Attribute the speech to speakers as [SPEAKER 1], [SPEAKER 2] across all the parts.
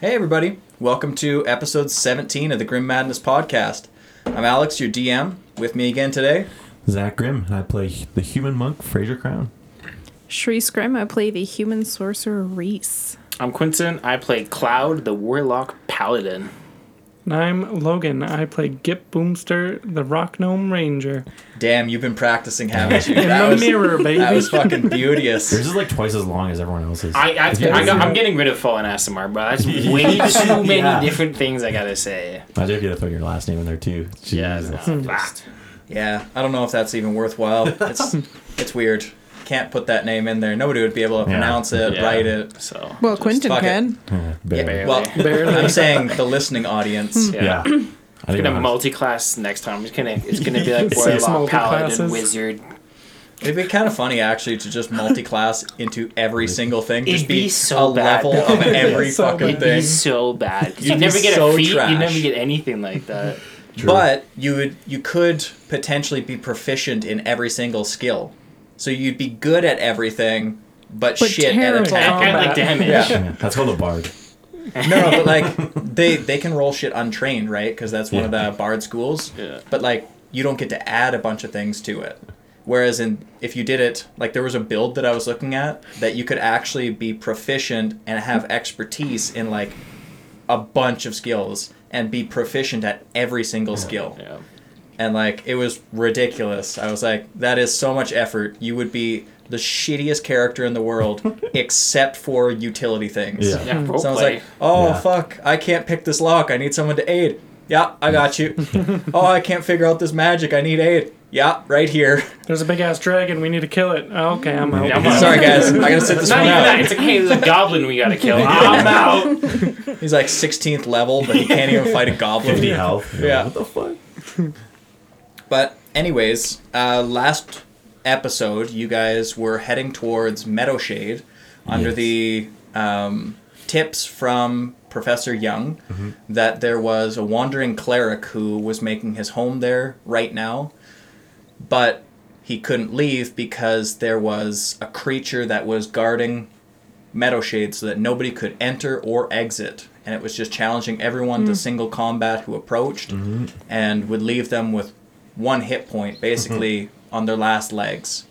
[SPEAKER 1] Hey, everybody. Welcome to episode 17 of the Grim Madness podcast. I'm Alex, your DM. With me again today.
[SPEAKER 2] Zach Grimm, and I play the human monk Fraser Crown.
[SPEAKER 3] Sharice Grimm, I play the human sorcerer Reese.
[SPEAKER 4] I'm Quinton. I play Cloud, the Warlock Paladin.
[SPEAKER 5] And I'm Logan. I play Gip Boomster, the Rock Gnome Ranger.
[SPEAKER 1] Damn, you've been practicing, haven't you?
[SPEAKER 5] In
[SPEAKER 1] That
[SPEAKER 5] the
[SPEAKER 1] was,
[SPEAKER 5] mirror, baby.
[SPEAKER 1] that was fucking beauteous.
[SPEAKER 2] Yours is like twice as long as everyone else's.
[SPEAKER 4] I, I,
[SPEAKER 2] Yeah.
[SPEAKER 4] I got, I'm getting rid of Fallen Asimar, bro. That's way too many
[SPEAKER 2] Yeah.
[SPEAKER 4] different things I gotta say.
[SPEAKER 2] Imagine if you had to throw your last name in there too. Jesus.
[SPEAKER 4] no, just-
[SPEAKER 1] Yeah, I don't know if that's even worthwhile. It's it's weird. Can't put that name in there. Nobody would be able to
[SPEAKER 2] Yeah.
[SPEAKER 1] pronounce it,
[SPEAKER 4] yeah.
[SPEAKER 1] write it.
[SPEAKER 4] So
[SPEAKER 3] Well, Quentin
[SPEAKER 1] fuck it.
[SPEAKER 3] can.
[SPEAKER 2] Yeah, barely.
[SPEAKER 4] Yeah.
[SPEAKER 1] Well,
[SPEAKER 5] Barely. Hmm.
[SPEAKER 1] I'm saying the listening audience.
[SPEAKER 4] yeah.
[SPEAKER 2] Yeah. I
[SPEAKER 4] I'm
[SPEAKER 2] think
[SPEAKER 4] gonna
[SPEAKER 2] I'm
[SPEAKER 4] multi-class next time. It's gonna it's gonna be like
[SPEAKER 5] Six
[SPEAKER 4] Warlock Paladin
[SPEAKER 5] multi-classes.
[SPEAKER 4] Wizard.
[SPEAKER 1] It'd be kind of funny actually to just multi-class into every single thing. Just
[SPEAKER 4] It'd be so
[SPEAKER 1] a
[SPEAKER 4] bad,
[SPEAKER 1] level
[SPEAKER 4] though.
[SPEAKER 1] of every
[SPEAKER 5] So
[SPEAKER 1] fucking
[SPEAKER 4] It'd be
[SPEAKER 1] thing.
[SPEAKER 4] so bad. 'Cause You
[SPEAKER 1] You'd be
[SPEAKER 4] never get
[SPEAKER 1] so
[SPEAKER 4] a feat.
[SPEAKER 1] trash.
[SPEAKER 4] You never get anything like that.
[SPEAKER 1] But you would you could potentially be proficient in every single skill. So you'd be good at everything, but,
[SPEAKER 3] But
[SPEAKER 1] shit at
[SPEAKER 3] terrible.
[SPEAKER 1] attack.
[SPEAKER 4] And, and like
[SPEAKER 5] Combat.
[SPEAKER 4] damage.
[SPEAKER 1] Yeah.
[SPEAKER 2] Yeah, that's called a bard.
[SPEAKER 1] No, but like they they can roll shit untrained, right? Because that's one
[SPEAKER 2] Yeah.
[SPEAKER 1] of the bard schools.
[SPEAKER 4] Yeah.
[SPEAKER 1] But like you don't get to add a bunch of things to it. Whereas in if you did it, like there was a build that I was looking at that you could actually be proficient and have expertise in like a bunch of skills and be proficient at every single skill.
[SPEAKER 4] Yeah.
[SPEAKER 1] And like it was ridiculous. I was like, that is so much effort. You would be the shittiest character in the world except for utility things.
[SPEAKER 2] Yeah.
[SPEAKER 4] Yeah,
[SPEAKER 1] So I was
[SPEAKER 4] roleplay.
[SPEAKER 1] like, oh
[SPEAKER 2] Yeah.
[SPEAKER 1] fuck, I can't pick this lock. I need someone to aid. Yeah, I got you. oh, I can't figure out this magic. I need aid. Yeah, right here.
[SPEAKER 5] There's a big ass dragon. We need to kill it. Oh, Okay, I'm out.
[SPEAKER 4] Yeah, I'm out.
[SPEAKER 1] Sorry guys, I gotta sit
[SPEAKER 4] It's
[SPEAKER 1] this
[SPEAKER 4] not
[SPEAKER 1] one
[SPEAKER 4] even that.
[SPEAKER 1] out.
[SPEAKER 4] It's okay. There's a goblin we gotta kill. I'm out.
[SPEAKER 1] He's like 16th level, but he can't even fight a goblin.
[SPEAKER 2] 50 health.
[SPEAKER 1] Yeah.
[SPEAKER 2] What the fuck?
[SPEAKER 1] But anyways, uh, last episode you guys were heading towards Meadowshade under
[SPEAKER 2] Yes.
[SPEAKER 1] the um, tips from Professor Young that there was a wandering cleric who was making his home there right now, but he couldn't leave because there was a creature that was guarding Meadowshade so that nobody could enter or exit. And it was just challenging everyone to single combat who approached and would leave them with one hit point basically
[SPEAKER 4] Mm-hmm.
[SPEAKER 1] on their last legs.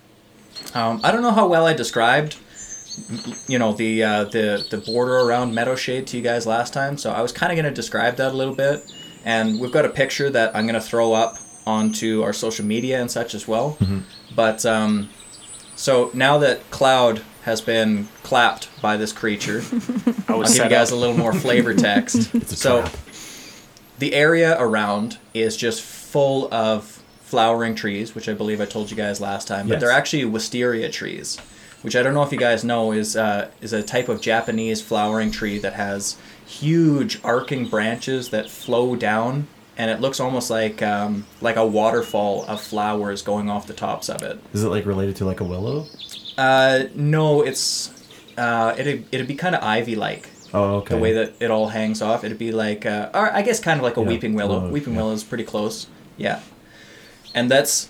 [SPEAKER 1] Um, I don't know how well I described, you know, the uh, the the border around Meadowshade to you guys last time, so I was kind of going to describe that a little bit. And we've got a picture that I'm going to throw up onto our social media and such as well.
[SPEAKER 4] Mm-hmm.
[SPEAKER 1] But um, so now that Cloud has been clapped by this creature,
[SPEAKER 4] I
[SPEAKER 1] I'll
[SPEAKER 4] was
[SPEAKER 1] give you
[SPEAKER 4] set
[SPEAKER 1] guys
[SPEAKER 4] up.
[SPEAKER 1] a little more flavor text.
[SPEAKER 2] a
[SPEAKER 1] so,
[SPEAKER 2] trap.
[SPEAKER 1] the area around is just full of flowering trees, which I believe I told you guys last time. But
[SPEAKER 2] Yes.
[SPEAKER 1] they're actually wisteria trees, which I don't know if you guys know is uh, is a type of Japanese flowering tree that has huge arcing branches that flow down, and it looks almost like um, like a waterfall of flowers going off the tops of it.
[SPEAKER 2] Is it like related to like a willow?
[SPEAKER 1] Uh, no, it's uh, it'd it'd be kind of ivy like
[SPEAKER 2] Oh, okay.
[SPEAKER 1] the way that it all hangs off. It'd be like, uh, or I guess kind of like a
[SPEAKER 2] Yeah,
[SPEAKER 1] weeping willow.
[SPEAKER 2] willow,
[SPEAKER 1] weeping
[SPEAKER 2] yeah.
[SPEAKER 1] willow is pretty close. Yeah, and that's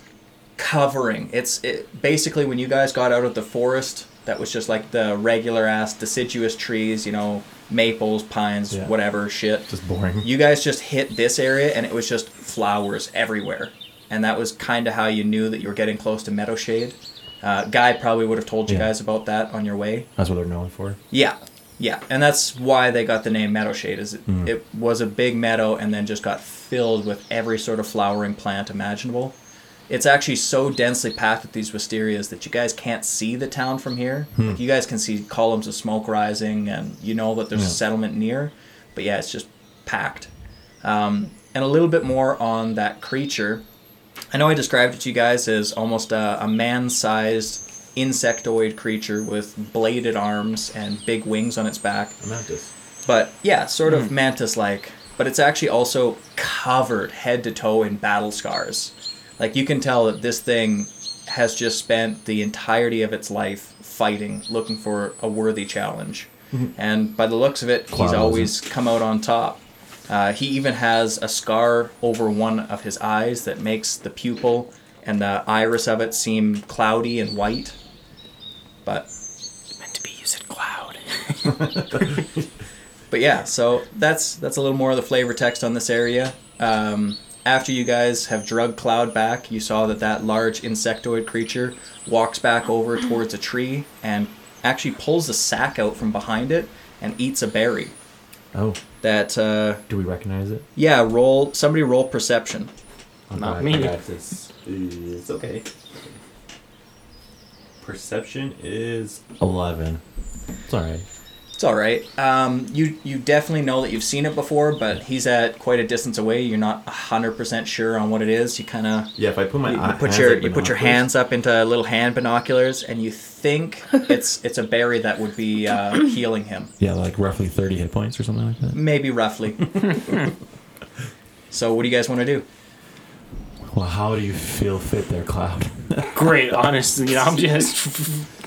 [SPEAKER 1] covering. It's it, basically when you guys got out of the forest, that was just like the regular ass deciduous trees, you know, maples, pines,
[SPEAKER 2] Yeah.
[SPEAKER 1] whatever shit.
[SPEAKER 2] Just boring.
[SPEAKER 1] You guys just hit this area, and it was just flowers everywhere. And that was kind of how you knew that you were getting close to Meadowshade. Uh, Guy probably would have told you
[SPEAKER 2] Yeah.
[SPEAKER 1] guys about that on your way.
[SPEAKER 2] That's what they're known for.
[SPEAKER 1] Yeah, yeah, and that's why they got the name Meadowshade. Is it, it was a big meadow and then just got filled with every sort of flowering plant imaginable. It's actually so densely packed with these wisterias that you guys can't see the town from here. Like, you guys can see columns of smoke rising, and you know that there's a
[SPEAKER 2] Yeah.
[SPEAKER 1] settlement near. But yeah, it's just packed. Um, and a little bit more on that creature. I know I described it to you guys as almost a, a man-sized insectoid creature with bladed arms and big wings on its back.
[SPEAKER 2] Mantis.
[SPEAKER 1] But yeah, sort of mantis-like. But it's actually also covered head to toe in battle scars. Like you can tell that this thing has just spent the entirety of its life fighting, looking for a worthy challenge. And by the looks of it,
[SPEAKER 2] Cloud
[SPEAKER 1] he's
[SPEAKER 2] wasn't.
[SPEAKER 1] always come out on top. Uh, he even has a scar over one of his eyes that makes the pupil and the iris of it seem cloudy and white. But
[SPEAKER 4] meant to be used in cloud.
[SPEAKER 1] but yeah, so that's that's a little more of the flavor text on this area. Um, after you guys have drugged Cloud back, you saw that that large insectoid creature walks back over towards a tree and actually pulls a sack out from behind it and eats a berry.
[SPEAKER 2] Oh,
[SPEAKER 1] That uh,
[SPEAKER 2] do we recognize it?
[SPEAKER 1] yeah, roll somebody roll perception.
[SPEAKER 2] I'm
[SPEAKER 4] Not
[SPEAKER 2] glad
[SPEAKER 4] me.
[SPEAKER 2] I got
[SPEAKER 6] This is okay. Perception is
[SPEAKER 2] Eleven. It's all right.
[SPEAKER 1] It's all right. Um, you you definitely know that you've seen it before, but he's at quite a distance away. You're not hundred percent sure on what it is. You kind of
[SPEAKER 2] Yeah, if I put my
[SPEAKER 1] you, you
[SPEAKER 2] eye-
[SPEAKER 1] put
[SPEAKER 2] Uh, hands
[SPEAKER 1] your
[SPEAKER 2] like
[SPEAKER 1] you put your
[SPEAKER 2] binoculars-
[SPEAKER 1] hands up into little hand binoculars, and you think it's it's a berry that would be uh, healing him,
[SPEAKER 2] Yeah, like roughly thirty hit points or something like that.
[SPEAKER 1] maybe roughly. so, what do you guys want to do?
[SPEAKER 2] Well, how do you feel fit there, Cloud?
[SPEAKER 4] Great, honestly. I'm just.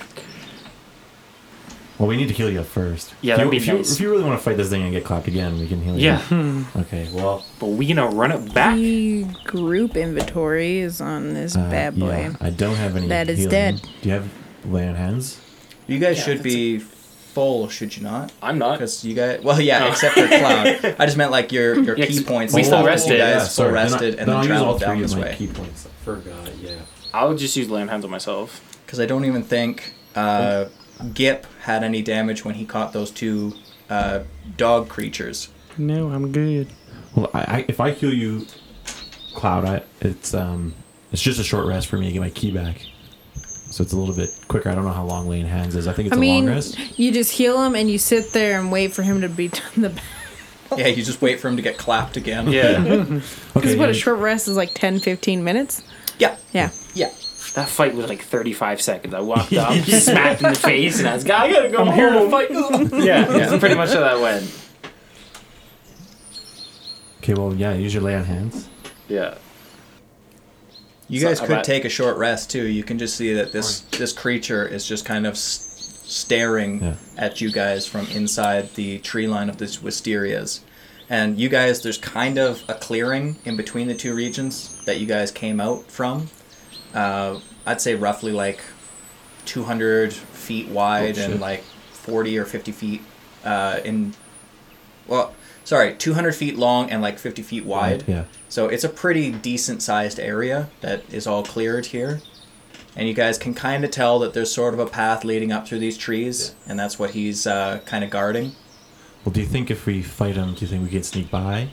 [SPEAKER 2] well, we need to heal you up first.
[SPEAKER 4] Yeah,
[SPEAKER 2] If you,
[SPEAKER 4] that'd be
[SPEAKER 2] if, you,
[SPEAKER 4] nice.
[SPEAKER 2] if you really want to fight this thing and get clapped again, we can heal
[SPEAKER 4] Yeah,
[SPEAKER 2] you. Yeah. Okay. Well,
[SPEAKER 4] but we gonna run it back.
[SPEAKER 3] The group inventory is on this
[SPEAKER 2] uh,
[SPEAKER 3] bad boy.
[SPEAKER 2] yeah, I don't have any.
[SPEAKER 3] That is
[SPEAKER 2] healing.
[SPEAKER 3] dead.
[SPEAKER 2] Do you have lay on hands?
[SPEAKER 1] You guys
[SPEAKER 4] Yeah,
[SPEAKER 1] should
[SPEAKER 4] that's
[SPEAKER 1] be full, should you not?
[SPEAKER 4] I'm not.
[SPEAKER 1] Because you guys, well, yeah,
[SPEAKER 4] Oh.
[SPEAKER 1] except for cloud. I just meant like your your
[SPEAKER 4] Yeah,
[SPEAKER 1] key
[SPEAKER 4] 'cause
[SPEAKER 1] points.
[SPEAKER 4] we
[SPEAKER 1] and
[SPEAKER 4] still
[SPEAKER 1] stuff, 'cause
[SPEAKER 4] rested.
[SPEAKER 1] You guys
[SPEAKER 2] Yeah,
[SPEAKER 1] still
[SPEAKER 2] sorry, then I-
[SPEAKER 1] rested
[SPEAKER 2] then
[SPEAKER 1] and then
[SPEAKER 2] I'll use
[SPEAKER 1] traveled
[SPEAKER 2] all three
[SPEAKER 1] down
[SPEAKER 2] of
[SPEAKER 1] this
[SPEAKER 2] my
[SPEAKER 1] way.
[SPEAKER 6] key points. I forgot. Yeah.
[SPEAKER 4] I'll just use lamb hands on myself.
[SPEAKER 1] because I don't even think uh,
[SPEAKER 2] Oh.
[SPEAKER 1] Gip had any damage when he caught those two uh, dog creatures.
[SPEAKER 5] No, I'm good.
[SPEAKER 2] Well, I, I, if I heal you, Cloud, I, it's um, it's just a short rest for me to get my key back. So it's a little bit quicker. I don't know how long lay in hands is. I think
[SPEAKER 3] I
[SPEAKER 2] it's a
[SPEAKER 3] mean,
[SPEAKER 2] long rest.
[SPEAKER 3] you just heal him and you sit there and wait for him to be done. The
[SPEAKER 1] Yeah, you just wait for him to get clapped again.
[SPEAKER 4] Oh. Yeah,
[SPEAKER 2] Okay.
[SPEAKER 3] because what a
[SPEAKER 2] yeah.
[SPEAKER 3] short rest is like 10, 15 minutes.
[SPEAKER 1] yeah,
[SPEAKER 3] Yeah.
[SPEAKER 1] yeah.
[SPEAKER 4] that fight was like 35 seconds. I walked up, smacked in the face, and I was like, I gotta go I'm here to fight. yeah, that's pretty much how that went.
[SPEAKER 2] Okay. Well, yeah. Use your lay on hands.
[SPEAKER 4] Yeah.
[SPEAKER 1] You
[SPEAKER 4] So
[SPEAKER 1] guys
[SPEAKER 4] I'm
[SPEAKER 1] could
[SPEAKER 4] at-
[SPEAKER 1] take a short rest too. You can just see that this this creature is just kind of s- staring
[SPEAKER 2] Yeah.
[SPEAKER 1] at you guys from inside the tree line of this wisterias. And you guys, there's kind of a clearing in between the two regions that you guys came out from. Uh, I'd say roughly like 200 feet wide
[SPEAKER 2] Oh,
[SPEAKER 1] and
[SPEAKER 2] shit.
[SPEAKER 1] like 40 or 50 feet uh, in. Well, sorry, 200 feet long and like 50 feet wide.
[SPEAKER 2] Yeah.
[SPEAKER 1] So it's a pretty decent sized area that is all cleared here. And you guys can kind of tell that there's sort of a path leading up through these trees, and that's what he's uh, kind of guarding.
[SPEAKER 2] Well, do you think if we fight him, do you think we can sneak by?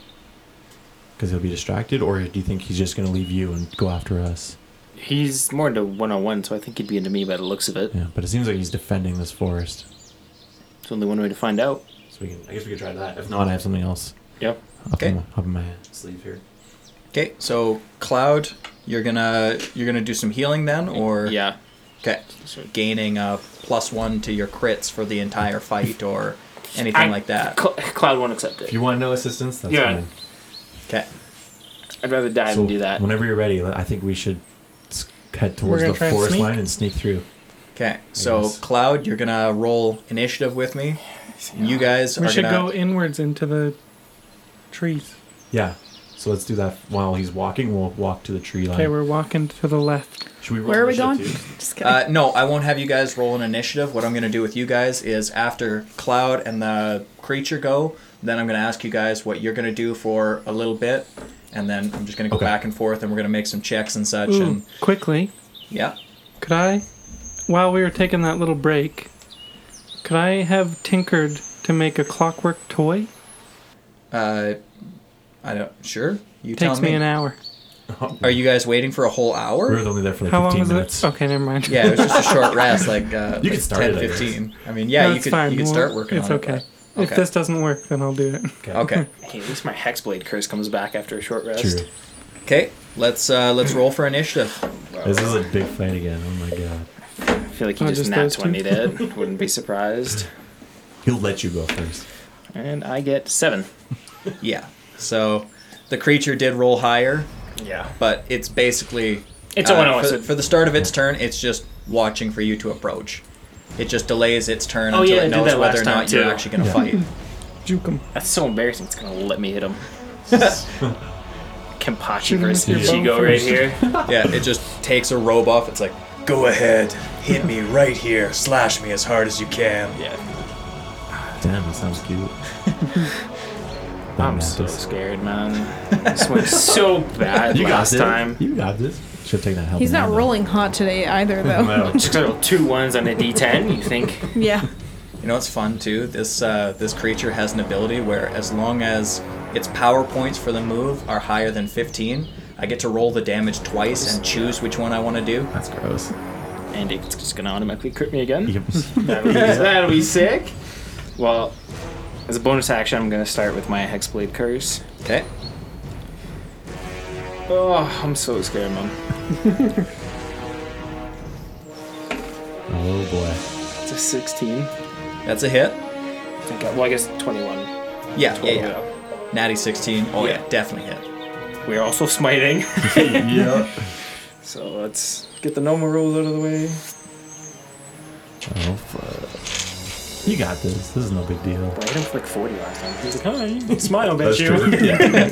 [SPEAKER 2] Because he'll be distracted, or do you think he's just gonna leave you and go after us?
[SPEAKER 4] He's more into one on one, so I think he'd be into me by the looks of it.
[SPEAKER 2] Yeah. But it seems like he's defending this forest.
[SPEAKER 4] It's only one way to find out.
[SPEAKER 2] So we can. I guess we could try that. If not, I have something else.
[SPEAKER 4] Yep.
[SPEAKER 2] Up
[SPEAKER 1] Okay.
[SPEAKER 2] In my, up in my hand.
[SPEAKER 6] Sleeve here.
[SPEAKER 1] Okay, so Cloud, you're gonna you're gonna do some healing then, or
[SPEAKER 4] Yeah.
[SPEAKER 1] okay, gaining a plus one to your crits for the entire fight or anything
[SPEAKER 4] I-
[SPEAKER 1] like that.
[SPEAKER 4] Cl- Cloud won't accept
[SPEAKER 2] If
[SPEAKER 4] it.
[SPEAKER 2] you want no assistance, that's
[SPEAKER 4] Yeah.
[SPEAKER 2] fine.
[SPEAKER 1] Okay,
[SPEAKER 4] I'd rather die
[SPEAKER 2] So
[SPEAKER 4] than do that.
[SPEAKER 2] Whenever you're ready, I think we should s- head towards
[SPEAKER 5] gonna
[SPEAKER 2] the
[SPEAKER 5] try and
[SPEAKER 2] forest
[SPEAKER 5] sneak?
[SPEAKER 2] line and sneak through.
[SPEAKER 1] okay. So
[SPEAKER 2] Yes.
[SPEAKER 1] Cloud, you're gonna roll initiative with me. You guys
[SPEAKER 5] We
[SPEAKER 1] are
[SPEAKER 5] should
[SPEAKER 1] gonna
[SPEAKER 5] go inwards into the trees.
[SPEAKER 2] Yeah. So let's do that while he's walking. We'll walk to the tree line.
[SPEAKER 5] Okay, we're walking to the left.
[SPEAKER 2] should we roll
[SPEAKER 3] Where are we going?
[SPEAKER 2] initiative
[SPEAKER 3] Just kidding.
[SPEAKER 1] Uh, no, I won't have you guys roll an initiative. What I'm going to do with you guys is after Cloud and the creature go, then I'm going to ask you guys what you're going to do for a little bit, and then I'm just going to go
[SPEAKER 2] Okay.
[SPEAKER 1] back and forth, and we're going to make some checks and such.
[SPEAKER 5] Ooh,
[SPEAKER 1] And
[SPEAKER 5] quickly,
[SPEAKER 1] yeah,
[SPEAKER 5] could I, while we were taking that little break, could I have tinkered to make a clockwork toy?
[SPEAKER 1] uh, I don't. Sure, you tell
[SPEAKER 5] Takes me
[SPEAKER 1] me.
[SPEAKER 5] an hour.
[SPEAKER 1] Are you guys waiting for a whole hour?
[SPEAKER 2] We were only there for like
[SPEAKER 5] How long
[SPEAKER 2] 15
[SPEAKER 5] is
[SPEAKER 2] minutes.
[SPEAKER 5] it? Oh. Okay, never mind.
[SPEAKER 1] Yeah, it was just a short rest, like uh, like
[SPEAKER 2] You could start
[SPEAKER 1] 10,
[SPEAKER 2] it, I guess.
[SPEAKER 1] 15. I mean, yeah,
[SPEAKER 5] No,
[SPEAKER 1] you
[SPEAKER 5] it's
[SPEAKER 1] could
[SPEAKER 5] fine.
[SPEAKER 1] you could
[SPEAKER 5] We'll-
[SPEAKER 1] start working
[SPEAKER 5] It's
[SPEAKER 1] on
[SPEAKER 5] okay.
[SPEAKER 1] it. but-
[SPEAKER 5] If this doesn't work, then I'll do it.
[SPEAKER 1] Okay.
[SPEAKER 4] Hey, at least my Hexblade curse comes back after a short rest.
[SPEAKER 2] True.
[SPEAKER 1] Okay. Let's uh, let's roll for initiative.
[SPEAKER 2] This is a big fight again. Oh my god.
[SPEAKER 4] I feel like he
[SPEAKER 5] Oh,
[SPEAKER 4] just,
[SPEAKER 5] just
[SPEAKER 4] nat
[SPEAKER 5] those two?
[SPEAKER 4] 20 did. Wouldn't be surprised.
[SPEAKER 2] He'll let you go first.
[SPEAKER 4] And I get seven.
[SPEAKER 1] Yeah. So the creature did roll higher,
[SPEAKER 4] Yeah.
[SPEAKER 1] but it's basically uh,
[SPEAKER 4] It's a one-on-one,
[SPEAKER 1] for,
[SPEAKER 4] so-
[SPEAKER 1] for the start of its turn. It's just watching for you to approach. It just delays its turn
[SPEAKER 4] Oh,
[SPEAKER 1] until
[SPEAKER 4] yeah, it
[SPEAKER 1] it
[SPEAKER 4] did
[SPEAKER 1] knows
[SPEAKER 4] that
[SPEAKER 1] whether
[SPEAKER 4] last
[SPEAKER 1] or
[SPEAKER 4] time,
[SPEAKER 1] not you're
[SPEAKER 4] too.
[SPEAKER 1] actually going to
[SPEAKER 2] Yeah.
[SPEAKER 1] fight.
[SPEAKER 5] Juke 'em.
[SPEAKER 4] That's so embarrassing. It's gonna let me hit him. Kenpachi
[SPEAKER 5] Should've
[SPEAKER 4] versus
[SPEAKER 5] missed your
[SPEAKER 4] Ichigo
[SPEAKER 5] bone
[SPEAKER 4] right
[SPEAKER 5] first.
[SPEAKER 4] here.
[SPEAKER 1] yeah, it just takes a robe off. It's like, go ahead, hit me right here, slash me as hard as you can.
[SPEAKER 4] yeah.
[SPEAKER 2] stem. It sounds cute.
[SPEAKER 4] I'm so scared, man. This went so bad
[SPEAKER 2] You got
[SPEAKER 4] last
[SPEAKER 2] this.
[SPEAKER 4] time.
[SPEAKER 2] You got this. Should take that help.
[SPEAKER 3] He's not
[SPEAKER 2] Amanda.
[SPEAKER 3] rolling hot today either, though.
[SPEAKER 2] No.
[SPEAKER 4] Just got two ones on a D10. You think?
[SPEAKER 3] yeah.
[SPEAKER 1] You know what's fun too? This uh, this creature has an ability where as long as its power points for the move are higher than 15, I get to roll the damage twice and choose which one I want to do.
[SPEAKER 2] That's gross.
[SPEAKER 4] And it's just gonna automatically crit me again.
[SPEAKER 2] Yep.
[SPEAKER 4] That'll be, that'll be sick. Well, as a bonus action, I'm gonna start with my Hexblade Curse.
[SPEAKER 1] Okay.
[SPEAKER 4] Oh, I'm so scared, man.
[SPEAKER 2] oh boy.
[SPEAKER 4] It's a 16.
[SPEAKER 1] That's a hit.
[SPEAKER 4] I think I- well, I guess 21.
[SPEAKER 1] Yeah, yeah,
[SPEAKER 4] Total.
[SPEAKER 1] yeah. Natty 16. Oh yeah,
[SPEAKER 4] Yeah.
[SPEAKER 1] definitely hit.
[SPEAKER 4] We're also smiting.
[SPEAKER 2] yeah.
[SPEAKER 4] so let's get the normal rolls out of the way.
[SPEAKER 2] Oh fuck. You got this. This is no big deal.
[SPEAKER 4] Boy, I hit him for like 40 last time. He's like, hi, you smile, bet
[SPEAKER 2] That's
[SPEAKER 4] you.
[SPEAKER 2] true. Yeah.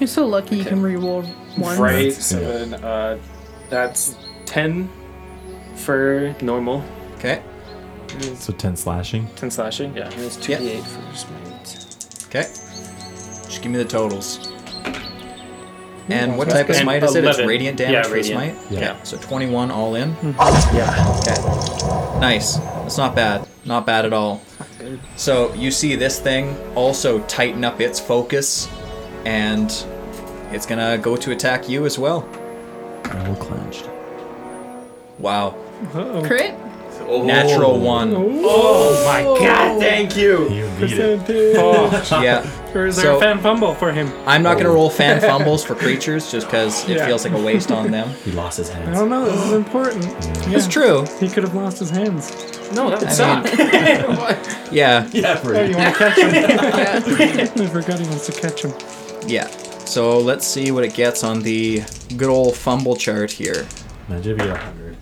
[SPEAKER 3] You're so lucky you can re-roll one.
[SPEAKER 4] Right,
[SPEAKER 2] Yeah.
[SPEAKER 4] so then uh, that's 10 for normal.
[SPEAKER 1] Okay.
[SPEAKER 2] so ten slashing.
[SPEAKER 4] 10 slashing, yeah. And it's
[SPEAKER 1] Yeah.
[SPEAKER 4] 2d8 for smite.
[SPEAKER 1] Okay. Just give me the totals. And what
[SPEAKER 4] that's
[SPEAKER 1] type of
[SPEAKER 4] good.
[SPEAKER 1] smite is it? It's
[SPEAKER 4] 11.
[SPEAKER 1] radiant damage
[SPEAKER 4] Yeah, Mm-hmm.
[SPEAKER 1] for
[SPEAKER 4] radiant.
[SPEAKER 1] smite?
[SPEAKER 2] Yeah.
[SPEAKER 1] Okay, So 21 all in?
[SPEAKER 4] Yeah.
[SPEAKER 1] Okay. Nice. That's not bad. Not bad at all. So you see this thing also tighten up its focus, and it's gonna go to attack you as well.
[SPEAKER 2] All clenched.
[SPEAKER 1] Wow.
[SPEAKER 5] Uh-oh.
[SPEAKER 3] Crit?
[SPEAKER 1] Natural one.
[SPEAKER 4] Oh my god, thank you!
[SPEAKER 2] You beat it.
[SPEAKER 4] Oh,
[SPEAKER 1] Yeah.
[SPEAKER 5] Or is there
[SPEAKER 1] So-
[SPEAKER 5] a fan fumble for him?
[SPEAKER 1] I'm not gonna roll fan fumbles for creatures just because it
[SPEAKER 5] Yeah.
[SPEAKER 1] feels like a waste on them.
[SPEAKER 2] He lost his hands.
[SPEAKER 5] I don't know. This is important. Yeah.
[SPEAKER 1] It's true.
[SPEAKER 5] He could have lost his hands.
[SPEAKER 4] no, that would
[SPEAKER 1] I
[SPEAKER 4] suck.
[SPEAKER 1] mean- Yeah.
[SPEAKER 2] Yeah, for
[SPEAKER 5] Oh, you want to catch him?
[SPEAKER 3] Yeah.
[SPEAKER 5] I forgot he wants to catch him.
[SPEAKER 1] Yeah. So let's see what it gets on the good old fumble chart here.
[SPEAKER 2] Imagine if you're 100.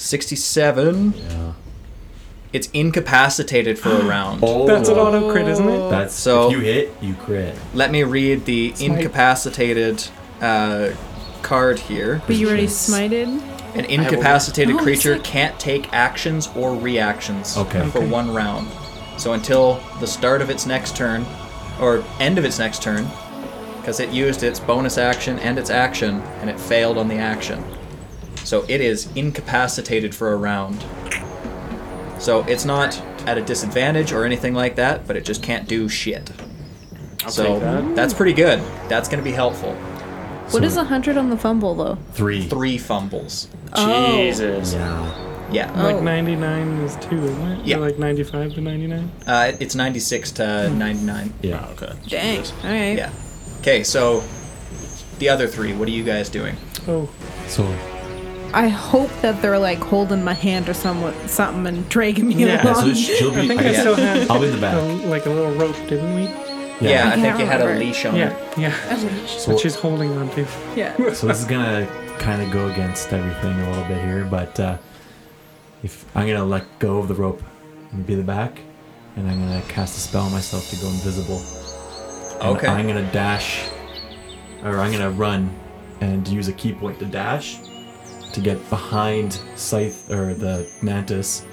[SPEAKER 1] 67.
[SPEAKER 2] Yeah.
[SPEAKER 1] It's incapacitated for a round.
[SPEAKER 2] Oh,
[SPEAKER 5] That's an auto crit, isn't it?
[SPEAKER 2] That's
[SPEAKER 1] So-
[SPEAKER 2] so. If you hit, you crit.
[SPEAKER 1] Let me read the incapacitated uh, card here.
[SPEAKER 3] But you already smited.
[SPEAKER 1] An incapacitated
[SPEAKER 3] Oh, I
[SPEAKER 1] creature
[SPEAKER 3] see.
[SPEAKER 1] can't take actions or reactions
[SPEAKER 2] Okay.
[SPEAKER 1] for
[SPEAKER 2] Okay.
[SPEAKER 1] one round. So until the start of its next turn, or end of its next turn, because it used its bonus action and its action, and it failed on the action. So it is incapacitated for a round. So it's not at a disadvantage or anything like that, but it just can't do shit. so
[SPEAKER 4] take that.
[SPEAKER 1] that's pretty good. That's going to be helpful.
[SPEAKER 3] What is a hundred on the fumble though?
[SPEAKER 2] Three.
[SPEAKER 1] Three fumbles.
[SPEAKER 3] Oh.
[SPEAKER 4] Jesus.
[SPEAKER 2] Yeah.
[SPEAKER 1] Yeah.
[SPEAKER 5] Like
[SPEAKER 3] Oh.
[SPEAKER 5] 99 is 2, isn't it? Or
[SPEAKER 1] Yeah.
[SPEAKER 5] Like 95 to 99?
[SPEAKER 1] Uh, it's 96 to 99.
[SPEAKER 2] Yeah.
[SPEAKER 4] Okay.
[SPEAKER 3] Dang. All right.
[SPEAKER 1] Yeah. Okay, so the other three, what are you guys doing?
[SPEAKER 5] Oh.
[SPEAKER 2] So,
[SPEAKER 3] I hope that they're like holding my hand or somewhat, something and dragging me
[SPEAKER 5] Yeah.
[SPEAKER 2] yeah,
[SPEAKER 3] along.
[SPEAKER 2] so she'll be.
[SPEAKER 5] I think I
[SPEAKER 1] Yeah.
[SPEAKER 5] still had
[SPEAKER 2] I'll be in the
[SPEAKER 5] a,
[SPEAKER 2] back.
[SPEAKER 5] oh, like a little rope, didn't we?
[SPEAKER 1] Yeah, I,
[SPEAKER 3] I
[SPEAKER 1] think
[SPEAKER 3] can't
[SPEAKER 1] you had a
[SPEAKER 3] remember.
[SPEAKER 1] leash on it.
[SPEAKER 5] Yeah. Yeah.
[SPEAKER 2] So,
[SPEAKER 5] That she's holding on to.
[SPEAKER 3] yeah.
[SPEAKER 2] so this is gonna kind of go against everything a little bit here, but uh, if I'm gonna let go of the rope and be the back, and I'm gonna cast a spell on myself to go invisible. And
[SPEAKER 1] Okay.
[SPEAKER 2] I'm gonna dash, or I'm gonna run, and use a key point to dash to get behind Scythe or the Mantis,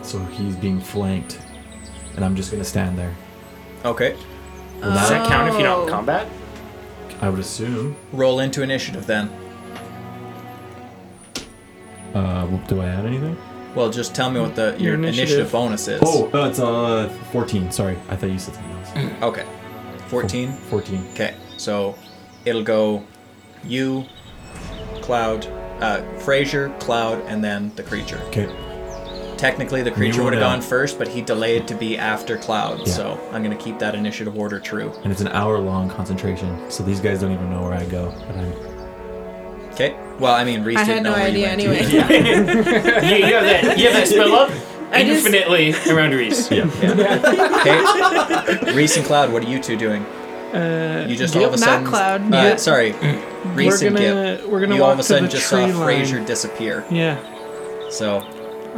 [SPEAKER 2] so he's being flanked, and I'm just gonna stand there.
[SPEAKER 1] Okay.
[SPEAKER 3] Uh,
[SPEAKER 2] Will
[SPEAKER 4] Does
[SPEAKER 2] that
[SPEAKER 4] that count if you don't
[SPEAKER 3] Oh.
[SPEAKER 4] combat?
[SPEAKER 2] I would assume.
[SPEAKER 1] Roll into initiative then.
[SPEAKER 2] Uh, do I add anything?
[SPEAKER 1] Well, just tell me what the your,
[SPEAKER 5] Your
[SPEAKER 1] initiative.
[SPEAKER 5] initiative.
[SPEAKER 1] bonus is.
[SPEAKER 2] Oh, uh, it's uh 14. Sorry, I thought you said something
[SPEAKER 3] Mm.
[SPEAKER 2] else.
[SPEAKER 1] Okay. 14.
[SPEAKER 2] 14.
[SPEAKER 1] Okay. So it'll go you, Cloud, uh, Frazier, Cloud, and then the creature.
[SPEAKER 2] Okay.
[SPEAKER 1] Technically, the creature would have
[SPEAKER 2] wanna-
[SPEAKER 1] gone first, but he delayed to be after Cloud,
[SPEAKER 2] Yeah.
[SPEAKER 1] so I'm going to keep that initiative order true.
[SPEAKER 2] And it's an hour long concentration, so these guys don't even know where I go. But I'm,
[SPEAKER 1] Okay. Well, I mean, Reese
[SPEAKER 3] I
[SPEAKER 1] didn't
[SPEAKER 3] had
[SPEAKER 1] know
[SPEAKER 3] no
[SPEAKER 1] where you
[SPEAKER 3] idea
[SPEAKER 1] went.
[SPEAKER 3] anyway.
[SPEAKER 4] You, you have that, you have that spell up
[SPEAKER 3] I just-
[SPEAKER 4] infinitely around Reese.
[SPEAKER 2] yeah.
[SPEAKER 1] Okay. Reese and Cloud, what are you two doing?
[SPEAKER 5] Uh,
[SPEAKER 1] You just
[SPEAKER 3] Gip,
[SPEAKER 1] all of a
[SPEAKER 3] not
[SPEAKER 1] sudden.
[SPEAKER 3] Cloud.
[SPEAKER 1] Uh,
[SPEAKER 3] Gip.
[SPEAKER 1] Sorry. Reese
[SPEAKER 5] we're
[SPEAKER 1] and
[SPEAKER 5] gonna,
[SPEAKER 1] Gip.
[SPEAKER 5] we're gonna
[SPEAKER 1] You
[SPEAKER 5] walk
[SPEAKER 1] all of a sudden
[SPEAKER 5] to the
[SPEAKER 1] just
[SPEAKER 5] tree
[SPEAKER 1] saw
[SPEAKER 5] line.
[SPEAKER 1] Frazier disappear.
[SPEAKER 5] Yeah.
[SPEAKER 1] So,
[SPEAKER 5] All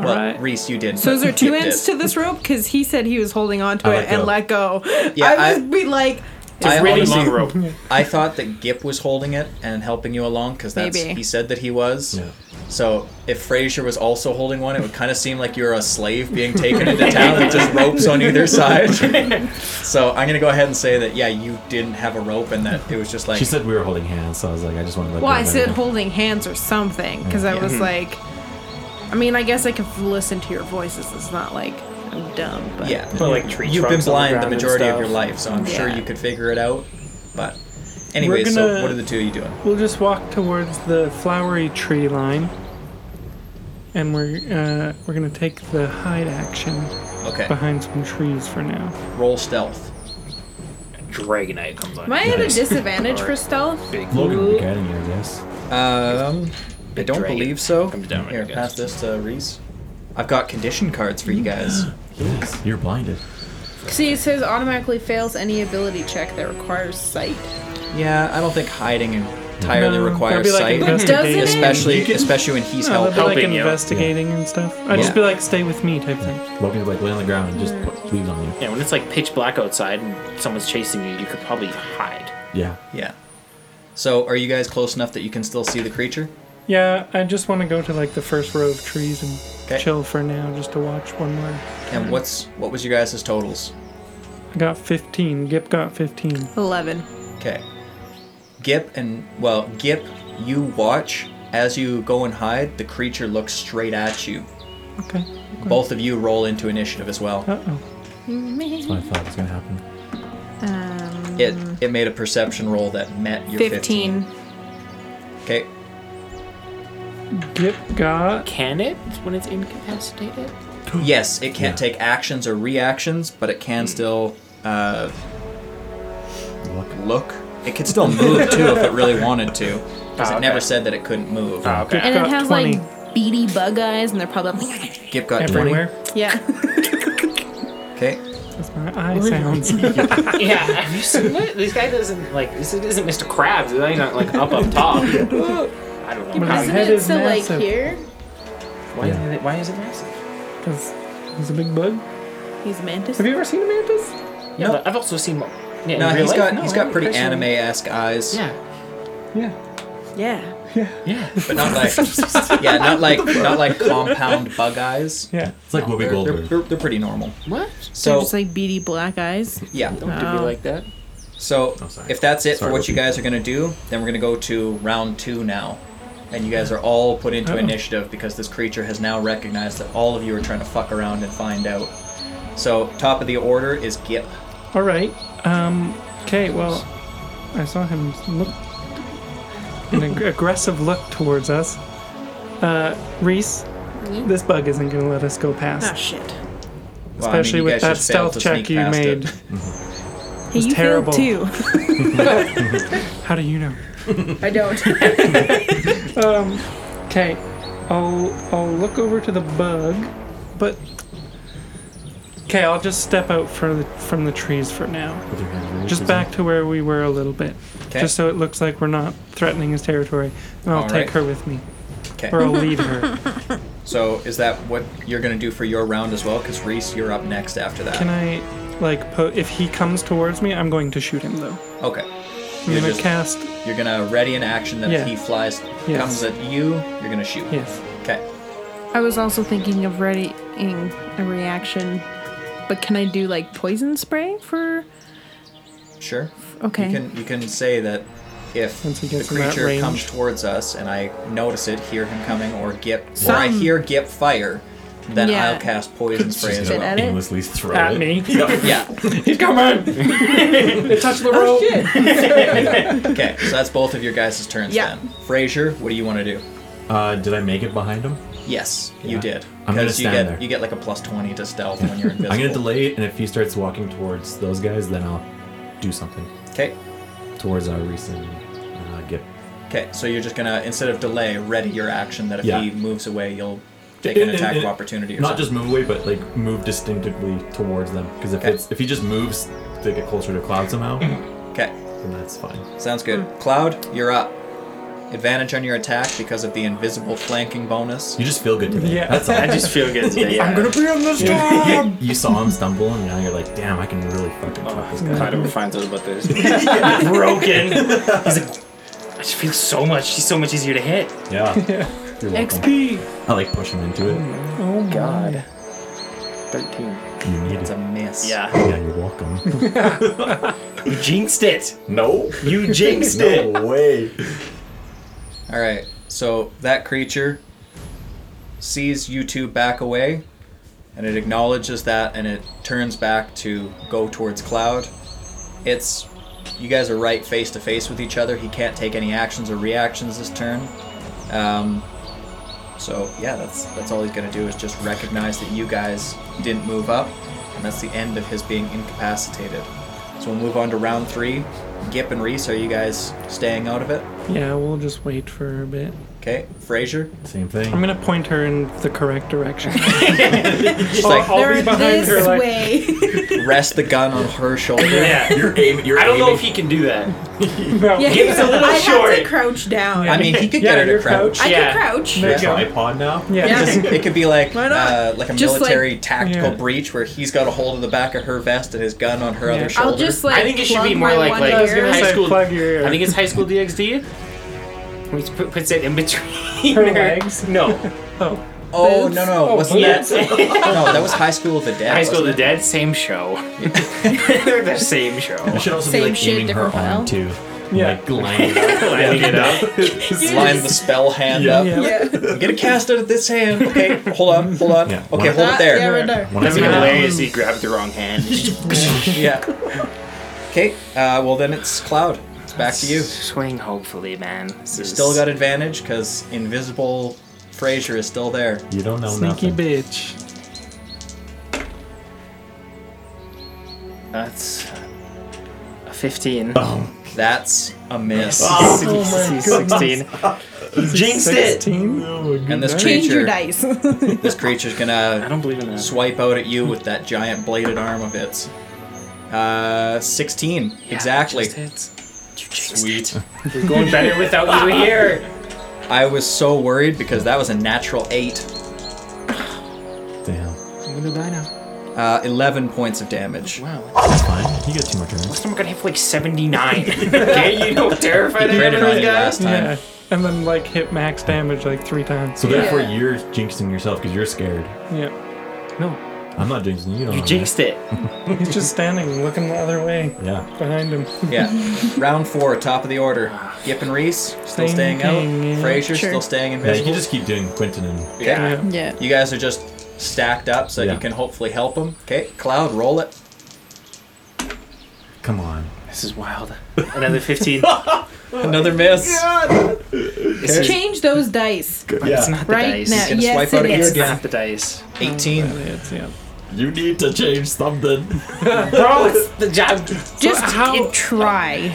[SPEAKER 1] well,
[SPEAKER 5] right.
[SPEAKER 1] Reese, you did.
[SPEAKER 3] So is there two
[SPEAKER 1] Gip
[SPEAKER 3] ends
[SPEAKER 1] did.
[SPEAKER 3] to this rope? Because he said he was holding on to
[SPEAKER 2] I
[SPEAKER 3] it
[SPEAKER 2] let
[SPEAKER 3] and
[SPEAKER 2] go.
[SPEAKER 3] let go.
[SPEAKER 1] Yeah,
[SPEAKER 3] I
[SPEAKER 1] I-
[SPEAKER 3] would be like,
[SPEAKER 1] I
[SPEAKER 4] It's really
[SPEAKER 1] honestly-
[SPEAKER 4] long rope.
[SPEAKER 1] I thought that Gip was holding it and helping you along because that's
[SPEAKER 3] Maybe.
[SPEAKER 1] he said that he was.
[SPEAKER 2] Yeah.
[SPEAKER 1] So if Frazier was also holding one, it would kind of seem like you're a slave being taken into town with just ropes on either side. so I'm gonna go ahead and say that yeah, you didn't have a rope and that it was just like
[SPEAKER 2] She said we were holding hands, so I was like, I just wanted to. Let
[SPEAKER 3] Well, I
[SPEAKER 2] everybody
[SPEAKER 3] said
[SPEAKER 2] know.
[SPEAKER 3] holding hands or something because I was like, I mean, I guess I could listen to your voices. It's not like I'm dumb, but
[SPEAKER 1] yeah,
[SPEAKER 4] Put, like, tree
[SPEAKER 1] you've been
[SPEAKER 4] trunks on the
[SPEAKER 1] blind the,
[SPEAKER 4] ground and
[SPEAKER 1] majority of
[SPEAKER 4] stuff.
[SPEAKER 1] your life, so I'm sure
[SPEAKER 3] Yeah.
[SPEAKER 1] you could figure it out. But anyway, so
[SPEAKER 5] gonna-
[SPEAKER 1] what are the two of you doing?
[SPEAKER 5] We'll just walk towards the flowery tree line, and we're uh, we're gonna take the hide action
[SPEAKER 1] Okay,
[SPEAKER 5] behind some trees for now.
[SPEAKER 1] roll stealth.
[SPEAKER 4] Dragonite comes on.
[SPEAKER 3] Am I at a
[SPEAKER 2] Nice.
[SPEAKER 3] disadvantage for stealth?
[SPEAKER 4] Big
[SPEAKER 2] Logan would be guiding you, I guess.
[SPEAKER 1] Um, I don't
[SPEAKER 4] dragon.
[SPEAKER 1] believe so.
[SPEAKER 4] Comes down right
[SPEAKER 1] Here,
[SPEAKER 4] against.
[SPEAKER 1] pass this to Reese. I've got condition cards for you guys.
[SPEAKER 2] Yes, you're blinded.
[SPEAKER 3] See, it says automatically fails any ability check that requires sight.
[SPEAKER 1] Yeah, I don't think hiding entirely
[SPEAKER 5] No,
[SPEAKER 1] requires
[SPEAKER 5] that'd Mm. be like
[SPEAKER 1] sight,
[SPEAKER 5] investigating.
[SPEAKER 3] Doesn't it?
[SPEAKER 1] especially especially when he's
[SPEAKER 5] No, that'd be
[SPEAKER 1] helping.
[SPEAKER 5] like
[SPEAKER 4] Helping you.
[SPEAKER 5] investigating and stuff. I'd
[SPEAKER 1] Yeah.
[SPEAKER 5] just be like, "Stay with me," type thing.
[SPEAKER 2] Logan's like lay on the ground and just put leaves on you.
[SPEAKER 4] Yeah, when it's like pitch black outside and someone's chasing you, you could probably hide.
[SPEAKER 2] Yeah.
[SPEAKER 1] Yeah. So, are you guys close enough that you can still see the creature?
[SPEAKER 5] Yeah, I just want to go to like the first row of trees and
[SPEAKER 1] 'Kay.
[SPEAKER 5] chill for now, just to watch one more.
[SPEAKER 1] And what's what was your guys' totals?
[SPEAKER 5] I got 15. Gip got 15.
[SPEAKER 3] Eleven.
[SPEAKER 1] Okay. Gip and well, Gip, you watch as you go and hide. The creature looks straight at you.
[SPEAKER 5] Okay.
[SPEAKER 1] Both of you roll into initiative as well.
[SPEAKER 5] Uh oh.
[SPEAKER 2] That's what I thought was gonna happen.
[SPEAKER 3] Um,
[SPEAKER 1] It it made a perception roll that met your 15.
[SPEAKER 3] fifteen.
[SPEAKER 1] Okay.
[SPEAKER 5] Gip got.
[SPEAKER 4] Can it when it's incapacitated?
[SPEAKER 1] Yes, it can't take actions or reactions, but it can still uh,
[SPEAKER 2] Hmm. Look.
[SPEAKER 1] look. It could still move too if it really wanted to, because
[SPEAKER 4] Ah,
[SPEAKER 1] it never
[SPEAKER 4] okay.
[SPEAKER 1] said that it couldn't move.
[SPEAKER 4] Oh, okay.
[SPEAKER 3] And
[SPEAKER 5] Got
[SPEAKER 3] it has
[SPEAKER 5] 20.
[SPEAKER 3] like beady bug eyes, and they're probably like,
[SPEAKER 1] Gip got
[SPEAKER 5] Everywhere.
[SPEAKER 3] yeah.
[SPEAKER 1] twenty. Okay.
[SPEAKER 5] That's my eye sounds.
[SPEAKER 4] yeah, have you seen it? This guy doesn't like this. Isn't Mr. Krabs? He's not like up up top. I don't know.
[SPEAKER 5] But
[SPEAKER 4] How-
[SPEAKER 5] his
[SPEAKER 3] Isn't
[SPEAKER 5] head
[SPEAKER 3] it
[SPEAKER 5] is
[SPEAKER 3] still like
[SPEAKER 5] massive.
[SPEAKER 3] here?
[SPEAKER 4] why, is it, why is it massive?
[SPEAKER 5] 'Cause he's a big bug.
[SPEAKER 3] He's a mantis.
[SPEAKER 5] Have you ever seen a mantis?
[SPEAKER 4] Yeah,
[SPEAKER 1] No.
[SPEAKER 4] but I've also seen. one- Yeah, in
[SPEAKER 1] No,
[SPEAKER 4] real
[SPEAKER 1] he's
[SPEAKER 4] life?
[SPEAKER 1] got
[SPEAKER 4] No,
[SPEAKER 1] he's
[SPEAKER 4] I
[SPEAKER 1] got
[SPEAKER 4] haven't
[SPEAKER 1] pretty
[SPEAKER 4] personally.
[SPEAKER 1] anime esque eyes.
[SPEAKER 4] Yeah,
[SPEAKER 5] Yeah.
[SPEAKER 3] Yeah.
[SPEAKER 4] yeah.
[SPEAKER 1] But not like yeah, not like not like compound bug eyes.
[SPEAKER 5] Yeah.
[SPEAKER 2] It's like
[SPEAKER 1] They're,
[SPEAKER 2] Whoopi
[SPEAKER 1] they're,
[SPEAKER 2] Goldberg.
[SPEAKER 1] they're, they're pretty normal.
[SPEAKER 4] what?
[SPEAKER 3] They're
[SPEAKER 1] So
[SPEAKER 3] just like beady black eyes.
[SPEAKER 1] yeah.
[SPEAKER 4] Don't do me
[SPEAKER 3] Wow.
[SPEAKER 4] like that.
[SPEAKER 1] So
[SPEAKER 2] Oh, sorry.
[SPEAKER 1] if that's it
[SPEAKER 2] Sorry,
[SPEAKER 1] for what you
[SPEAKER 2] Whoopi.
[SPEAKER 1] guys are gonna do, then we're gonna go to round two now. And you guys are all put into
[SPEAKER 5] Uh-oh.
[SPEAKER 1] initiative because this creature has now recognized that all of you are trying to fuck around and find out. So top of the order is Gip.
[SPEAKER 5] All right. Um. Okay. Well, I saw him look an ag- aggressive look towards us. Uh, Reese, this bug isn't gonna let us go
[SPEAKER 3] Ah,
[SPEAKER 5] past,
[SPEAKER 3] shit.
[SPEAKER 1] Well, I mean,
[SPEAKER 5] especially
[SPEAKER 1] you
[SPEAKER 5] with
[SPEAKER 1] guys
[SPEAKER 5] that
[SPEAKER 1] just failed
[SPEAKER 5] stealth
[SPEAKER 1] to
[SPEAKER 5] check
[SPEAKER 1] sneak
[SPEAKER 5] you
[SPEAKER 1] past
[SPEAKER 5] made.
[SPEAKER 1] it.
[SPEAKER 3] Hey, you
[SPEAKER 5] terrible.
[SPEAKER 3] failed too.
[SPEAKER 5] How do you know?
[SPEAKER 3] I don't.
[SPEAKER 5] Um. Okay. I'll I'll look over to the bug, but. Okay, I'll just step out for the, from the trees for now.
[SPEAKER 2] With your hands raised,
[SPEAKER 5] Just
[SPEAKER 2] isn't
[SPEAKER 5] back to where we were a little bit.
[SPEAKER 1] 'Kay.
[SPEAKER 5] Just so it looks like we're not threatening his territory. And I'll
[SPEAKER 1] All
[SPEAKER 5] take
[SPEAKER 1] right.
[SPEAKER 5] her with me.
[SPEAKER 1] Okay.
[SPEAKER 5] Or I'll lead her.
[SPEAKER 1] So is that what you're gonna do for your round as well? Because Reese, you're up next after that.
[SPEAKER 5] Can I, like, po- if he comes towards me, I'm going to shoot him though.
[SPEAKER 1] Okay.
[SPEAKER 5] I'm
[SPEAKER 1] You're,
[SPEAKER 5] gonna
[SPEAKER 1] just,
[SPEAKER 5] cast.
[SPEAKER 1] you're gonna ready an action that
[SPEAKER 5] Yeah.
[SPEAKER 1] if he flies
[SPEAKER 5] Yes.
[SPEAKER 1] comes at you, you're gonna shoot.
[SPEAKER 5] Yes.
[SPEAKER 1] Okay.
[SPEAKER 3] I was also thinking of readying a reaction, but can I do like poison spray for?
[SPEAKER 1] Sure.
[SPEAKER 3] Okay.
[SPEAKER 1] You can you can say that if
[SPEAKER 5] Once he
[SPEAKER 1] the
[SPEAKER 5] gets in that
[SPEAKER 1] creature
[SPEAKER 5] range.
[SPEAKER 1] comes towards us and I notice it, hear him coming, or Gip, or I
[SPEAKER 3] Some-
[SPEAKER 1] hear Gip fire, then
[SPEAKER 3] Yeah.
[SPEAKER 1] I'll cast poison spray
[SPEAKER 2] She's
[SPEAKER 1] as
[SPEAKER 3] Spit
[SPEAKER 2] gonna
[SPEAKER 1] well.
[SPEAKER 3] at it?
[SPEAKER 2] aimlessly throw
[SPEAKER 5] At
[SPEAKER 2] it.
[SPEAKER 5] me.
[SPEAKER 1] Yeah.
[SPEAKER 5] He's coming! it touched the rope!
[SPEAKER 1] Okay. So that's both of your guys' turns
[SPEAKER 3] Yeah.
[SPEAKER 1] then. Frazier, what do you want to do?
[SPEAKER 2] Uh, did I make it behind him?
[SPEAKER 1] Yes, you
[SPEAKER 2] Yeah.
[SPEAKER 1] did.
[SPEAKER 2] I'm gonna
[SPEAKER 1] you
[SPEAKER 2] stand
[SPEAKER 1] get
[SPEAKER 2] there.
[SPEAKER 1] you get like a plus twenty to stealth when you're invisible.
[SPEAKER 2] I'm gonna delay it, and if he starts walking towards those guys, then I'll do something
[SPEAKER 1] Okay.
[SPEAKER 2] towards our recent uh, get.
[SPEAKER 1] Okay. So you're just gonna instead of delay, ready your action that if
[SPEAKER 2] Yeah.
[SPEAKER 1] he moves away, you'll take an
[SPEAKER 2] And-
[SPEAKER 1] attack of
[SPEAKER 2] and-
[SPEAKER 1] opportunity or
[SPEAKER 2] Not
[SPEAKER 1] something.
[SPEAKER 2] just move away, but like move distinctively towards them. Because if
[SPEAKER 1] Okay.
[SPEAKER 2] it's if he just moves to get closer to Cloud somehow, then
[SPEAKER 1] Okay.
[SPEAKER 2] that's fine.
[SPEAKER 1] Sounds good. Cloud, you're up. Advantage on your attack because of the invisible flanking bonus.
[SPEAKER 2] You just feel good today.
[SPEAKER 5] Yeah.
[SPEAKER 2] That's all.
[SPEAKER 4] I just feel good today. Yeah. I'm gonna be
[SPEAKER 2] you saw him stumble, and now you're like, damn, I can really fucking fuck this guy.
[SPEAKER 4] Clyde ever finds out about this. Broken. He's like, I just feel so much. She's so much easier to hit.
[SPEAKER 2] Oh, Yeah. You're welcome.
[SPEAKER 5] XP.
[SPEAKER 2] I like push him into it.
[SPEAKER 5] Oh my
[SPEAKER 4] God. 13.
[SPEAKER 2] You need
[SPEAKER 1] It's
[SPEAKER 2] it.
[SPEAKER 1] a miss.
[SPEAKER 7] Yeah.
[SPEAKER 2] Yeah, you're welcome.
[SPEAKER 7] You jinxed it.
[SPEAKER 2] no.
[SPEAKER 7] You jinxed it.
[SPEAKER 2] No way.
[SPEAKER 1] All right. So that creature sees you two back away, and it acknowledges that, and it turns back to go towards Cloud. It's you guys are right face to face with each other. He can't take any actions or reactions this turn. Um, so yeah, that's that's all he's gonna do is just recognize that you guys didn't move up, and that's the end of his being incapacitated. So we'll move on to round three. Gip and Reese, are you guys staying out of it?
[SPEAKER 5] Yeah, we'll just wait for a bit.
[SPEAKER 1] Okay, Frazier.
[SPEAKER 2] Same thing.
[SPEAKER 5] I'm gonna point her in the correct direction.
[SPEAKER 1] She's like,
[SPEAKER 5] I'll be behind her. Like,
[SPEAKER 3] way.
[SPEAKER 1] rest the gun on her shoulder.
[SPEAKER 7] Yeah.
[SPEAKER 2] You're aiming. You're
[SPEAKER 4] I don't know if
[SPEAKER 2] aiming.
[SPEAKER 4] he can do that.
[SPEAKER 3] yeah,
[SPEAKER 7] Give us a little
[SPEAKER 3] I had
[SPEAKER 7] short.
[SPEAKER 3] to crouch down.
[SPEAKER 1] I mean, he could
[SPEAKER 5] Yeah,
[SPEAKER 1] get her
[SPEAKER 5] your
[SPEAKER 1] to crouch.
[SPEAKER 3] I
[SPEAKER 4] Yeah.
[SPEAKER 3] could crouch.
[SPEAKER 5] There you go.
[SPEAKER 2] tripod now.
[SPEAKER 5] Yeah.
[SPEAKER 3] Yeah.
[SPEAKER 5] just-
[SPEAKER 1] It could be like
[SPEAKER 3] Why not?
[SPEAKER 1] uh, like a
[SPEAKER 3] Just like-
[SPEAKER 1] military tactical
[SPEAKER 5] Yeah.
[SPEAKER 1] breach where he's got a hold of the back of her vest and his gun on her
[SPEAKER 5] Yeah.
[SPEAKER 1] other
[SPEAKER 5] I'll
[SPEAKER 1] shoulder.
[SPEAKER 3] I'll just like.
[SPEAKER 4] I think it should be
[SPEAKER 3] plug
[SPEAKER 4] more
[SPEAKER 3] my
[SPEAKER 4] like
[SPEAKER 3] one
[SPEAKER 4] like
[SPEAKER 5] was gonna
[SPEAKER 4] high
[SPEAKER 5] say,
[SPEAKER 4] school.
[SPEAKER 5] plug your ear.
[SPEAKER 4] I think it's high school DxD. Which pu- puts it in between
[SPEAKER 5] Her legs?
[SPEAKER 4] No,
[SPEAKER 5] oh,
[SPEAKER 1] oh
[SPEAKER 3] boobs.
[SPEAKER 1] no no, wasn't
[SPEAKER 4] yes.
[SPEAKER 1] that? no, that was High School of the Dead.
[SPEAKER 4] High School of the
[SPEAKER 1] wasn't it?
[SPEAKER 4] Dead, same show. They're the same show.
[SPEAKER 2] I should also
[SPEAKER 3] Same
[SPEAKER 2] be like
[SPEAKER 3] shit,
[SPEAKER 2] aiming her
[SPEAKER 3] different file.
[SPEAKER 2] arm too.
[SPEAKER 5] Yeah.
[SPEAKER 2] Like lining it up.
[SPEAKER 4] Lining it up.
[SPEAKER 1] Line the spell hand
[SPEAKER 2] Yeah.
[SPEAKER 1] up.
[SPEAKER 5] yeah.
[SPEAKER 1] I'm gonna cast it at this hand. Okay, hold on, hold on.
[SPEAKER 2] Yeah.
[SPEAKER 1] Okay,
[SPEAKER 2] One-
[SPEAKER 1] hold it there.
[SPEAKER 3] Yeah, right there.
[SPEAKER 2] When I
[SPEAKER 4] That'd be
[SPEAKER 2] say that,
[SPEAKER 4] hilarious. He grabbed the wrong hand.
[SPEAKER 1] Yeah. Okay, uh, well then it's Cloud. It's back to you.
[SPEAKER 4] Swing, hopefully, man. This
[SPEAKER 1] You
[SPEAKER 4] is-
[SPEAKER 1] still got advantage because invisible Frazier is still there.
[SPEAKER 2] you don't know
[SPEAKER 5] Sneaky
[SPEAKER 2] nothing.
[SPEAKER 5] bitch.
[SPEAKER 4] That's a fifteen.
[SPEAKER 1] That's a miss.
[SPEAKER 4] Sixteen.
[SPEAKER 7] jinxed it.
[SPEAKER 5] Team.
[SPEAKER 1] And this
[SPEAKER 3] Change your
[SPEAKER 1] creature,
[SPEAKER 3] dice.
[SPEAKER 1] this creature's
[SPEAKER 4] I
[SPEAKER 1] gonna
[SPEAKER 4] don't believe in that.
[SPEAKER 1] swipe out at you with that giant bladed arm of its. Uh, 16 exactly.
[SPEAKER 4] Sweet. You're going better without you here.
[SPEAKER 1] I was so worried because that was a natural eight.
[SPEAKER 2] Damn.
[SPEAKER 4] I'm gonna die now.
[SPEAKER 1] Uh, 11 points of damage.
[SPEAKER 4] Wow.
[SPEAKER 2] It's fine. You got two more turns.
[SPEAKER 4] I'm gonna hit for like 79. okay, you know how terrified I am of
[SPEAKER 1] Rated on
[SPEAKER 4] those
[SPEAKER 1] you
[SPEAKER 4] guys.
[SPEAKER 1] last time.
[SPEAKER 5] Yeah. And then like hit max damage like three times.
[SPEAKER 2] So therefore, you're jinxing yourself because you're scared.
[SPEAKER 5] Yeah.
[SPEAKER 4] No,
[SPEAKER 2] I'm not jinxing you. You, don't
[SPEAKER 4] you
[SPEAKER 2] know.
[SPEAKER 4] jinxed it.
[SPEAKER 5] He's just standing looking the other way
[SPEAKER 2] Yeah.
[SPEAKER 5] behind him.
[SPEAKER 1] Yeah. Round four, top of the order. Gip and Reese, still
[SPEAKER 5] Ah. Same
[SPEAKER 1] staying
[SPEAKER 5] thing,
[SPEAKER 1] out.
[SPEAKER 5] yeah.
[SPEAKER 1] Frazier,
[SPEAKER 3] Sure.
[SPEAKER 1] still staying
[SPEAKER 2] Yeah. You
[SPEAKER 1] invisible.
[SPEAKER 2] can just keep doing Quentin and
[SPEAKER 1] Okay.
[SPEAKER 5] Yeah.
[SPEAKER 3] yeah.
[SPEAKER 1] You guys are just stacked up so
[SPEAKER 2] Yeah.
[SPEAKER 1] you can hopefully help him. Okay, Cloud, roll it.
[SPEAKER 2] come on.
[SPEAKER 4] This is wild. Another 15.
[SPEAKER 1] Another miss.
[SPEAKER 4] this is,
[SPEAKER 3] Change those dice
[SPEAKER 4] It's not the
[SPEAKER 3] right
[SPEAKER 4] dice.
[SPEAKER 3] now.
[SPEAKER 1] gonna
[SPEAKER 3] Yes,
[SPEAKER 1] swipe out
[SPEAKER 3] it
[SPEAKER 1] at you
[SPEAKER 3] is.
[SPEAKER 4] It's not the dice.
[SPEAKER 1] 18.
[SPEAKER 5] It's, yeah.
[SPEAKER 2] You need to change something.
[SPEAKER 4] Bro, Oh, it's the job.
[SPEAKER 3] Just
[SPEAKER 4] how?
[SPEAKER 3] it- try.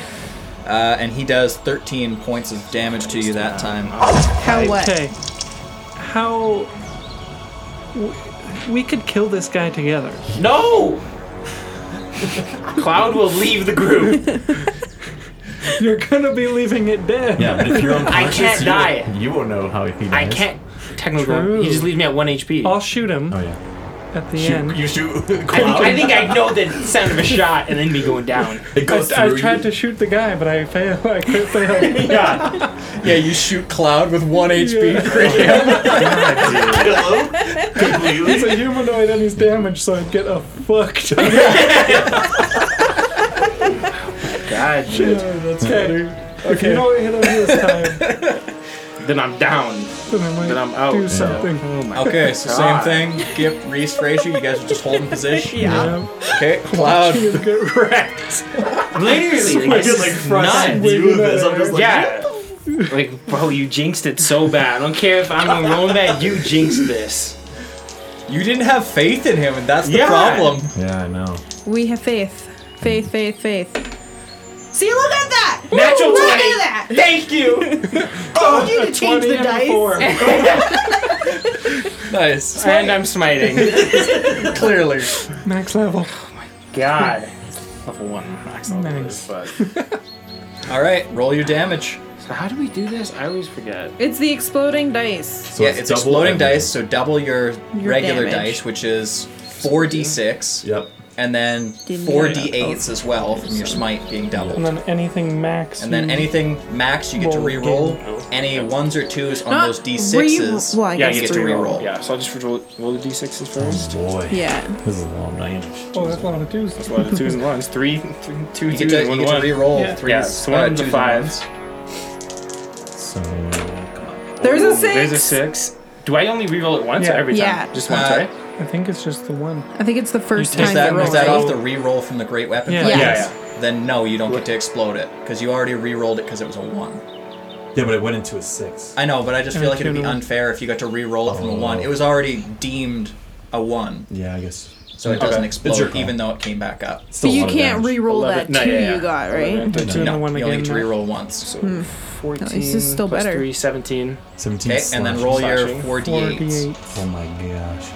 [SPEAKER 1] Uh, and he does 13 points of damage to you that time.
[SPEAKER 3] How what?
[SPEAKER 5] Okay. How w- we could kill this guy together.
[SPEAKER 4] No! Cloud will leave the group.
[SPEAKER 5] You're gonna be leaving it dead.
[SPEAKER 2] Yeah, but if you're
[SPEAKER 4] I
[SPEAKER 2] unconscious,
[SPEAKER 4] can't
[SPEAKER 2] you,
[SPEAKER 4] die.
[SPEAKER 2] Won't, you won't know how he dies.
[SPEAKER 4] I can't.
[SPEAKER 5] True.
[SPEAKER 4] Technically, you just leave me at 1 HP.
[SPEAKER 5] I'll shoot him
[SPEAKER 2] Oh yeah.
[SPEAKER 5] at the
[SPEAKER 2] Shoot,
[SPEAKER 5] end.
[SPEAKER 2] you shoot.
[SPEAKER 4] I think, I think I know the sound of a shot and then me going down.
[SPEAKER 2] it goes
[SPEAKER 5] I, I
[SPEAKER 2] through
[SPEAKER 5] tried
[SPEAKER 2] you.
[SPEAKER 5] to shoot the guy, but I failed. I could fail.
[SPEAKER 4] Yeah.
[SPEAKER 1] Yeah, you shoot Cloud with 1 HP.
[SPEAKER 6] Hello? Completely.
[SPEAKER 5] He's a humanoid and he's damaged, so I'd get a fucked.
[SPEAKER 4] God, dude.
[SPEAKER 5] That's better. If you don't hit him this time,
[SPEAKER 4] Then I'm down.
[SPEAKER 5] then I might
[SPEAKER 4] Then I'm out.
[SPEAKER 5] do something.
[SPEAKER 4] Oh my
[SPEAKER 1] Okay, so same
[SPEAKER 4] God.
[SPEAKER 1] thing. Gip, Reese, Frazier, you guys are just holding position.
[SPEAKER 5] Yeah.
[SPEAKER 1] Okay, Cloud.
[SPEAKER 5] You'd get wrecked.
[SPEAKER 4] Literally,
[SPEAKER 6] I get
[SPEAKER 4] like, this
[SPEAKER 6] like
[SPEAKER 4] is
[SPEAKER 6] front
[SPEAKER 4] nuts.
[SPEAKER 6] view of this. I'm just like,
[SPEAKER 4] Yeah. Like, bro, you jinxed it so bad. I don't care if I'm gonna roll that, you jinxed this.
[SPEAKER 1] You didn't have faith in him, and that's the
[SPEAKER 4] Yeah.
[SPEAKER 1] problem.
[SPEAKER 2] Yeah, I know.
[SPEAKER 3] We have faith. Faith, faith, faith. See, look at that!
[SPEAKER 4] Natural
[SPEAKER 3] look
[SPEAKER 4] 20.
[SPEAKER 3] at that!
[SPEAKER 4] Thank you! Oh,
[SPEAKER 3] Told you to change the
[SPEAKER 5] and a
[SPEAKER 3] dice.
[SPEAKER 5] four.
[SPEAKER 1] Nice.
[SPEAKER 4] and I'm smiting.
[SPEAKER 1] Clearly.
[SPEAKER 5] Max level.
[SPEAKER 4] God. Level one max level
[SPEAKER 5] Nice.
[SPEAKER 4] but.
[SPEAKER 1] All right, roll your damage.
[SPEAKER 4] So, how do we do this? I always forget.
[SPEAKER 3] It's the exploding dice.
[SPEAKER 2] So
[SPEAKER 1] yeah, it's
[SPEAKER 2] double
[SPEAKER 1] exploding
[SPEAKER 2] everything.
[SPEAKER 1] dice, so double your, regular
[SPEAKER 3] damage.
[SPEAKER 1] dice, which is 4d6.
[SPEAKER 2] Yep.
[SPEAKER 1] and then
[SPEAKER 3] Didn't
[SPEAKER 1] four
[SPEAKER 3] get it.
[SPEAKER 1] d8s as well from your smite being doubled.
[SPEAKER 5] And then anything max. Hmm.
[SPEAKER 1] And then
[SPEAKER 5] you-
[SPEAKER 1] anything max, you get to
[SPEAKER 5] Roll
[SPEAKER 1] re-roll.
[SPEAKER 5] again.
[SPEAKER 1] Any ones or twos on
[SPEAKER 3] Not
[SPEAKER 1] those d6s,
[SPEAKER 3] re- well, I
[SPEAKER 1] yeah,
[SPEAKER 3] guess
[SPEAKER 1] you get to
[SPEAKER 4] three
[SPEAKER 1] re-roll.
[SPEAKER 4] roll. Yeah, so I'll just roll, roll the d6s
[SPEAKER 2] Oh
[SPEAKER 4] first.
[SPEAKER 2] boy.
[SPEAKER 3] Yeah.
[SPEAKER 2] This is a long range.
[SPEAKER 5] Oh, that's a lot of twos.
[SPEAKER 4] That's why the twos and ones. Three, three two,
[SPEAKER 1] You get
[SPEAKER 4] twos
[SPEAKER 1] to,
[SPEAKER 4] and
[SPEAKER 1] you
[SPEAKER 4] one,
[SPEAKER 1] get to
[SPEAKER 4] one.
[SPEAKER 1] re-roll
[SPEAKER 5] Yeah.
[SPEAKER 1] threes,
[SPEAKER 4] Yeah, so one
[SPEAKER 1] uh,
[SPEAKER 4] of the
[SPEAKER 1] twos and
[SPEAKER 4] fives.
[SPEAKER 1] ones.
[SPEAKER 2] So come on.
[SPEAKER 3] There's
[SPEAKER 4] Ooh,
[SPEAKER 3] a six.
[SPEAKER 4] There's a six. Do I only re-roll it once
[SPEAKER 5] Yeah.
[SPEAKER 4] or every time?
[SPEAKER 3] Yeah. Hmm.
[SPEAKER 4] Just once,
[SPEAKER 1] Uh,
[SPEAKER 4] right?
[SPEAKER 5] I think it's just the one.
[SPEAKER 3] I think it's the first
[SPEAKER 5] take
[SPEAKER 1] Is
[SPEAKER 3] time
[SPEAKER 1] that,
[SPEAKER 3] they
[SPEAKER 1] is
[SPEAKER 3] roll
[SPEAKER 1] that
[SPEAKER 3] it.
[SPEAKER 1] off the re-roll from the Great Weapon?
[SPEAKER 5] Yeah.
[SPEAKER 1] Fund?
[SPEAKER 3] Yeah.
[SPEAKER 4] Yeah,
[SPEAKER 1] Then no, you don't get to explode it because you already re-rolled it because it was a one.
[SPEAKER 2] Yeah, but it went into a six.
[SPEAKER 1] I know, but I just feel
[SPEAKER 5] And
[SPEAKER 1] like it'd be
[SPEAKER 5] two.
[SPEAKER 1] unfair if you got to re-roll it from a one.
[SPEAKER 2] Oh.
[SPEAKER 1] It was already deemed a one,
[SPEAKER 2] Yeah, I guess.
[SPEAKER 1] so it doesn't
[SPEAKER 4] Mm-hmm. Okay.
[SPEAKER 2] It's your
[SPEAKER 1] explode,
[SPEAKER 2] call.
[SPEAKER 1] even though it came back up.
[SPEAKER 2] Still
[SPEAKER 3] But
[SPEAKER 2] a
[SPEAKER 3] you
[SPEAKER 2] lot of
[SPEAKER 3] can't
[SPEAKER 2] damage.
[SPEAKER 3] re-roll that
[SPEAKER 4] Eleven.
[SPEAKER 3] two
[SPEAKER 4] No, yeah, yeah.
[SPEAKER 3] you got,
[SPEAKER 4] Eleven,
[SPEAKER 3] right?
[SPEAKER 5] The two
[SPEAKER 1] No,
[SPEAKER 5] and the one
[SPEAKER 1] you only
[SPEAKER 5] again.
[SPEAKER 1] get to
[SPEAKER 5] now.
[SPEAKER 1] re-roll once.
[SPEAKER 4] So 14
[SPEAKER 3] this is still
[SPEAKER 4] plus
[SPEAKER 3] better.
[SPEAKER 4] 3, 17.
[SPEAKER 2] 17
[SPEAKER 1] Okay, and then roll your
[SPEAKER 4] slashing.
[SPEAKER 1] four
[SPEAKER 5] Four
[SPEAKER 1] d8s.
[SPEAKER 5] D8.
[SPEAKER 2] Oh my gosh.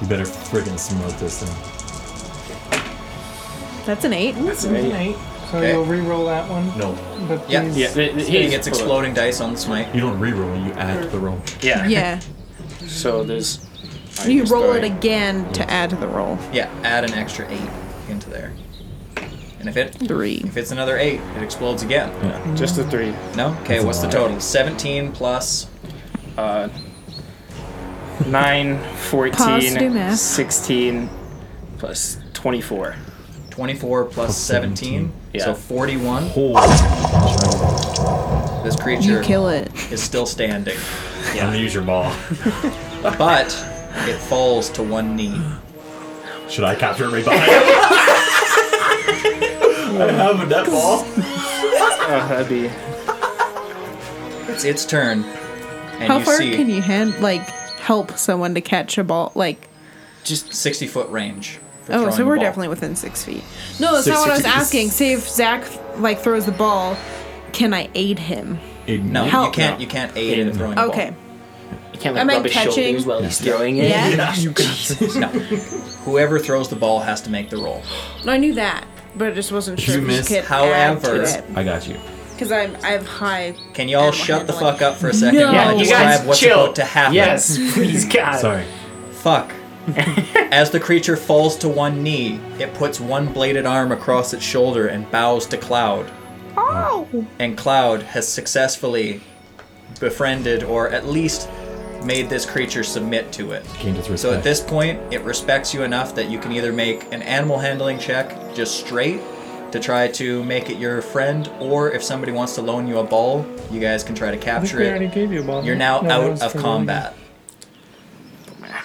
[SPEAKER 2] You better friggin' smoke this thing.
[SPEAKER 3] That's an eight.
[SPEAKER 4] That's an eight.
[SPEAKER 5] Eight. So
[SPEAKER 1] Okay.
[SPEAKER 5] you'll re-roll that one.
[SPEAKER 2] No.
[SPEAKER 5] But
[SPEAKER 1] Yeah.
[SPEAKER 5] these-
[SPEAKER 4] Yeah, th- th-
[SPEAKER 1] He
[SPEAKER 4] he's-
[SPEAKER 1] gets
[SPEAKER 4] hold on.
[SPEAKER 1] exploding dice on the smite.
[SPEAKER 2] You don't re-roll, you add to the roll.
[SPEAKER 4] Yeah.
[SPEAKER 3] Yeah.
[SPEAKER 4] So there's. I
[SPEAKER 3] You
[SPEAKER 4] just
[SPEAKER 3] roll
[SPEAKER 4] thought
[SPEAKER 3] it
[SPEAKER 4] I-
[SPEAKER 3] again to add to the roll.
[SPEAKER 1] Yeah, add an extra eight into there. And if it
[SPEAKER 3] Three.
[SPEAKER 1] if it's another eight, it explodes again.
[SPEAKER 4] Just the three.
[SPEAKER 1] No? Okay,
[SPEAKER 2] That's a
[SPEAKER 1] what's the
[SPEAKER 2] lot.
[SPEAKER 1] total? Seventeen plus
[SPEAKER 4] Uh, 9, 14,
[SPEAKER 3] Pause to do math.
[SPEAKER 4] 16, plus 24.
[SPEAKER 1] twenty-four plus, plus seventeen.
[SPEAKER 4] 17.
[SPEAKER 1] So
[SPEAKER 4] Yeah.
[SPEAKER 1] forty-one. Ah!
[SPEAKER 2] Holy
[SPEAKER 1] This
[SPEAKER 3] You
[SPEAKER 1] creature
[SPEAKER 3] kill it.
[SPEAKER 1] is still standing.
[SPEAKER 2] I'm gonna use your ball.
[SPEAKER 1] But it falls to one knee.
[SPEAKER 2] Should I capture it right behind you? I have a net ball.
[SPEAKER 4] Uh, that'd be.
[SPEAKER 1] It's its turn. And
[SPEAKER 3] How
[SPEAKER 1] you
[SPEAKER 3] far
[SPEAKER 1] see
[SPEAKER 3] can you hand like help someone to catch a ball? Like
[SPEAKER 1] just sixty foot range. for
[SPEAKER 3] oh,
[SPEAKER 1] throwing
[SPEAKER 3] so
[SPEAKER 1] the
[SPEAKER 3] we're
[SPEAKER 1] ball.
[SPEAKER 3] definitely within six feet. No, that's
[SPEAKER 2] Six
[SPEAKER 3] not what I was
[SPEAKER 2] feet.
[SPEAKER 3] asking. Say if Zach like throws the ball, can I aid him?
[SPEAKER 1] No, you
[SPEAKER 3] Help.
[SPEAKER 1] can't you can't aid in
[SPEAKER 4] Yeah.
[SPEAKER 1] throwing the ball.
[SPEAKER 3] Okay.
[SPEAKER 4] You can't
[SPEAKER 3] Am
[SPEAKER 4] like
[SPEAKER 3] I
[SPEAKER 4] rub his shoulders
[SPEAKER 3] catching?
[SPEAKER 4] while he's throwing it.
[SPEAKER 3] Yeah.
[SPEAKER 5] You got it.
[SPEAKER 1] No. Whoever throws the ball has to make the roll.
[SPEAKER 3] No, I knew that, but I just wasn't sure.
[SPEAKER 2] You
[SPEAKER 3] if you
[SPEAKER 2] missed,
[SPEAKER 3] could
[SPEAKER 1] however-
[SPEAKER 2] I got you.
[SPEAKER 3] because I'm I have high.
[SPEAKER 1] Can y'all
[SPEAKER 3] animal
[SPEAKER 1] shut the
[SPEAKER 3] handling.
[SPEAKER 1] fuck up for a second
[SPEAKER 3] No.
[SPEAKER 1] while I
[SPEAKER 3] Yeah, you
[SPEAKER 1] describe
[SPEAKER 4] guys
[SPEAKER 1] what's
[SPEAKER 4] chill.
[SPEAKER 1] about to happen?
[SPEAKER 4] Yes, please, God.
[SPEAKER 2] Sorry.
[SPEAKER 1] Fuck. As the creature falls to one knee, it puts one bladed arm across its shoulder and bows to Cloud.
[SPEAKER 3] Oh,
[SPEAKER 1] And Cloud has successfully befriended or at least made this creature submit to it.
[SPEAKER 2] Gained its
[SPEAKER 1] So at
[SPEAKER 2] respect.
[SPEAKER 1] this point, it respects you enough that you can either make an animal handling check just straight to try to make it your friend, or if somebody wants to loan you a ball, you guys can try to
[SPEAKER 5] I think
[SPEAKER 1] capture
[SPEAKER 5] we already
[SPEAKER 1] it.
[SPEAKER 5] gave you a ball.
[SPEAKER 1] You're now
[SPEAKER 5] No, that was
[SPEAKER 1] out of
[SPEAKER 5] for the
[SPEAKER 1] combat.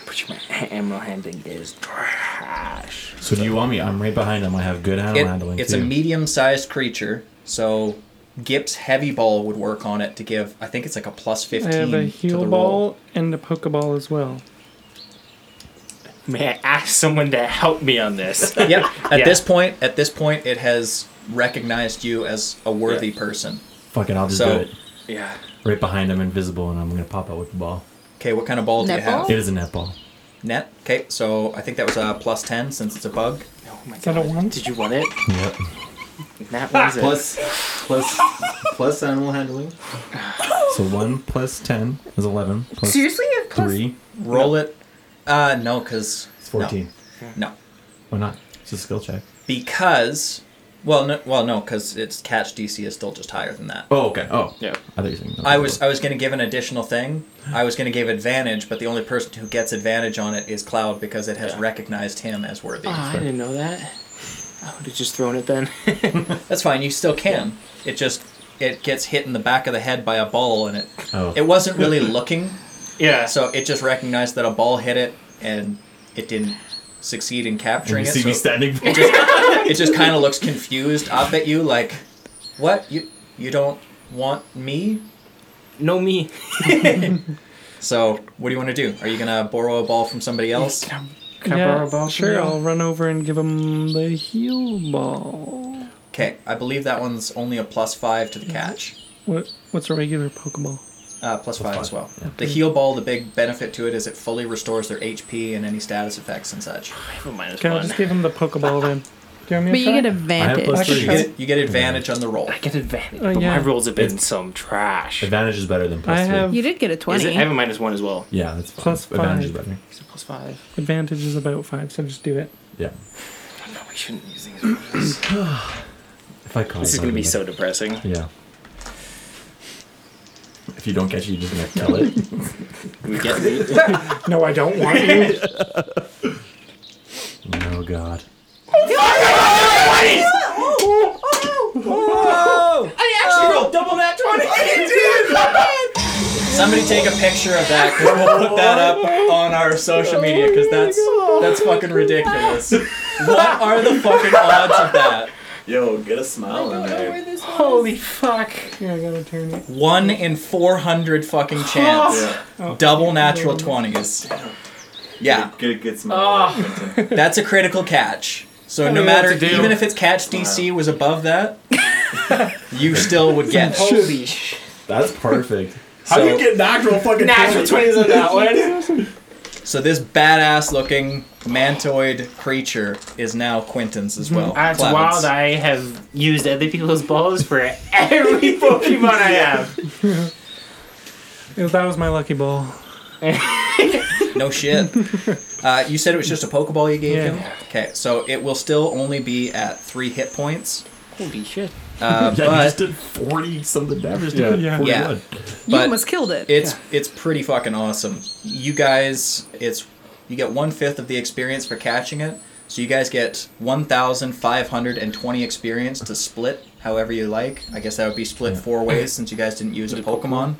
[SPEAKER 4] Put your ammo handling is trash.
[SPEAKER 2] So do you want me? I'm right behind him. I have good animal
[SPEAKER 1] It-
[SPEAKER 2] handling
[SPEAKER 1] it's
[SPEAKER 2] too.
[SPEAKER 1] a medium-sized creature, so Gip's heavy ball would work on it to give. I think it's like a plus
[SPEAKER 5] I
[SPEAKER 1] fifteen
[SPEAKER 5] have a
[SPEAKER 1] to the
[SPEAKER 5] heal
[SPEAKER 1] roll.
[SPEAKER 5] ball and a pokeball as well.
[SPEAKER 4] May I ask someone to help me on this?
[SPEAKER 1] Yep. At
[SPEAKER 4] Yeah.
[SPEAKER 1] this point, at this point, it has recognized you as a worthy person.
[SPEAKER 2] Fuck it, I'll just
[SPEAKER 1] So-
[SPEAKER 2] do it.
[SPEAKER 4] yeah.
[SPEAKER 2] Right behind him, invisible, and I'm gonna pop out with the ball.
[SPEAKER 1] Okay, what kind of ball do you
[SPEAKER 3] Net
[SPEAKER 1] have?
[SPEAKER 3] ball?
[SPEAKER 2] It is a net ball.
[SPEAKER 1] Net. Okay, so I think that was a plus ten since it's a bug.
[SPEAKER 4] Oh my
[SPEAKER 5] that a
[SPEAKER 4] God.
[SPEAKER 5] one?
[SPEAKER 4] Did you want it?
[SPEAKER 2] Yep.
[SPEAKER 4] That one's it.
[SPEAKER 7] Plus, plus, plus animal handling.
[SPEAKER 2] So one plus ten is eleven. Plus
[SPEAKER 3] seriously? You have plus-
[SPEAKER 2] three.
[SPEAKER 1] Roll it. Uh, no, because
[SPEAKER 2] It's fourteen.
[SPEAKER 1] No, no.
[SPEAKER 2] Why not? It's a skill check.
[SPEAKER 1] because well, no, well, no, because its catch DC is still just higher than that.
[SPEAKER 2] Oh, okay. Oh,
[SPEAKER 4] Yeah.
[SPEAKER 2] I thought you were saying.
[SPEAKER 1] I was uh, I was gonna give an additional thing. I was gonna give advantage, but the only person who gets advantage on it is Cloud because it has recognized him as worthy.
[SPEAKER 4] Oh, I didn't know that. I would have just thrown it then.
[SPEAKER 1] That's fine. You still can. It just it gets hit in the back of the head by a ball, and it
[SPEAKER 2] Oh.
[SPEAKER 1] it wasn't really looking,
[SPEAKER 4] yeah.
[SPEAKER 1] so it just recognized that a ball hit it, and it didn't succeed in capturing
[SPEAKER 2] You see
[SPEAKER 1] it.
[SPEAKER 2] me
[SPEAKER 1] so
[SPEAKER 2] standing.
[SPEAKER 1] it just kind of looks confused up at you, like, "What you you don't want me?"
[SPEAKER 4] No me.
[SPEAKER 1] So what do you want to do? Are you gonna borrow a ball from somebody else?
[SPEAKER 4] Can I, can I
[SPEAKER 5] yeah,
[SPEAKER 4] borrow a ball? from
[SPEAKER 5] sure.
[SPEAKER 4] you?
[SPEAKER 5] I'll run over and give him the heal ball.
[SPEAKER 1] Okay, I believe that one's only a plus five to the catch.
[SPEAKER 5] What? What's a regular pokeball?
[SPEAKER 1] Uh, plus, plus five, as well.
[SPEAKER 2] yeah.
[SPEAKER 1] The heal ball, the big benefit to it is it fully restores their HP and any status effects and such.
[SPEAKER 4] I have a minus
[SPEAKER 5] Okay, I'll
[SPEAKER 4] one.
[SPEAKER 5] just give him the pokeball then. Do you want
[SPEAKER 3] But
[SPEAKER 5] me to
[SPEAKER 3] you
[SPEAKER 5] try?
[SPEAKER 3] get advantage.
[SPEAKER 2] plus
[SPEAKER 1] You
[SPEAKER 2] three.
[SPEAKER 1] get, you get advantage on the roll.
[SPEAKER 4] I get advantage,
[SPEAKER 5] Oh,
[SPEAKER 4] but
[SPEAKER 5] yeah.
[SPEAKER 4] my rolls have been
[SPEAKER 2] It's-
[SPEAKER 4] some trash.
[SPEAKER 2] Advantage is better than plus
[SPEAKER 5] I
[SPEAKER 2] three.
[SPEAKER 5] have
[SPEAKER 3] You did get a
[SPEAKER 4] Is
[SPEAKER 3] 20.
[SPEAKER 4] it, I have a minus one as well.
[SPEAKER 2] Yeah, that's fine.
[SPEAKER 5] Plus
[SPEAKER 2] Advantage is
[SPEAKER 5] five.
[SPEAKER 2] better.
[SPEAKER 4] Is it plus five?
[SPEAKER 5] advantage is about five, so just do it.
[SPEAKER 2] Yeah.
[SPEAKER 4] No, we shouldn't use these. rolls.
[SPEAKER 2] If I call
[SPEAKER 4] this is gonna be so depressing.
[SPEAKER 2] Yeah. If you don't catch it, you're just gonna kill it.
[SPEAKER 4] We get we-
[SPEAKER 5] No, I don't want you.
[SPEAKER 2] no Oh, god.
[SPEAKER 1] Oh. Somebody take a picture of that because we'll put that up on our social media because that's that's fucking ridiculous. What are the fucking odds of that?
[SPEAKER 7] Yo, get a smile in there.
[SPEAKER 4] Holy fuck!
[SPEAKER 5] Here, I gotta turn it.
[SPEAKER 1] One in four hundred fucking chance.
[SPEAKER 7] Yeah.
[SPEAKER 1] Double natural twenties. Yeah,
[SPEAKER 7] Get a good
[SPEAKER 5] Ah.
[SPEAKER 7] smile. there, Quentin.
[SPEAKER 1] that's a critical catch. So no
[SPEAKER 4] don't know what
[SPEAKER 1] matter,
[SPEAKER 4] to do.
[SPEAKER 1] even if its catch DC was above that, you still would get. it.
[SPEAKER 4] Holy sh!
[SPEAKER 2] That's
[SPEAKER 4] Uh,
[SPEAKER 2] perfect.
[SPEAKER 1] How you
[SPEAKER 2] get natural fucking
[SPEAKER 4] Natural twenties on that one.
[SPEAKER 1] So this badass looking mantoid creature is now Quentin's as well.
[SPEAKER 4] Mm-hmm. That's
[SPEAKER 1] Clouds.
[SPEAKER 4] wild. I have used other people's balls for every Pokemon I have.
[SPEAKER 5] Yeah, That was my lucky ball.
[SPEAKER 1] No shit. uh, you said it was just a Pokeball you gave
[SPEAKER 5] Yeah.
[SPEAKER 1] him? Okay, so it will still only be at three hit points.
[SPEAKER 4] Holy shit!
[SPEAKER 1] Uh,
[SPEAKER 2] Yeah, you just
[SPEAKER 1] but
[SPEAKER 2] did forty something damage.
[SPEAKER 5] Yeah.
[SPEAKER 2] to it.
[SPEAKER 5] Yeah.
[SPEAKER 2] 41.
[SPEAKER 3] you
[SPEAKER 1] but
[SPEAKER 3] almost killed it.
[SPEAKER 1] it's it's pretty fucking awesome. You guys it's you get one fifth of the experience for catching it. So you guys get one thousand five hundred and twenty experience to split however you like. I guess that would be split four ways since you guys didn't use a Pokemon.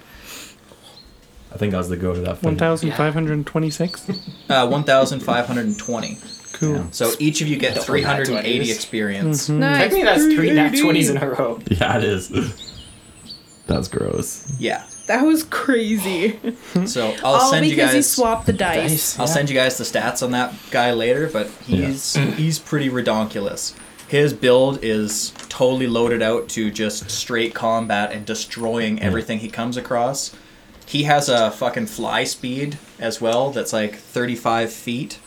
[SPEAKER 2] I think I was the go to that.
[SPEAKER 5] One
[SPEAKER 2] figure.
[SPEAKER 5] thousand five hundred twenty-six.
[SPEAKER 1] Uh, one thousand five hundred and twenty.
[SPEAKER 5] Cool.
[SPEAKER 1] So each of you get three hundred and eighty experience.
[SPEAKER 3] nice.
[SPEAKER 4] Technically, that's three nat twenties in a row.
[SPEAKER 2] Yeah, it is. That's gross.
[SPEAKER 1] Yeah.
[SPEAKER 3] That was crazy.
[SPEAKER 1] So I'll
[SPEAKER 3] All
[SPEAKER 1] send
[SPEAKER 3] because
[SPEAKER 1] you guys
[SPEAKER 3] he swapped the dice.
[SPEAKER 1] I'll send you guys the stats on that guy later, but he's he's pretty redonkulous. His build is totally loaded out to just straight combat and destroying everything he comes across. He has a fucking fly speed as well that's like 35 feet.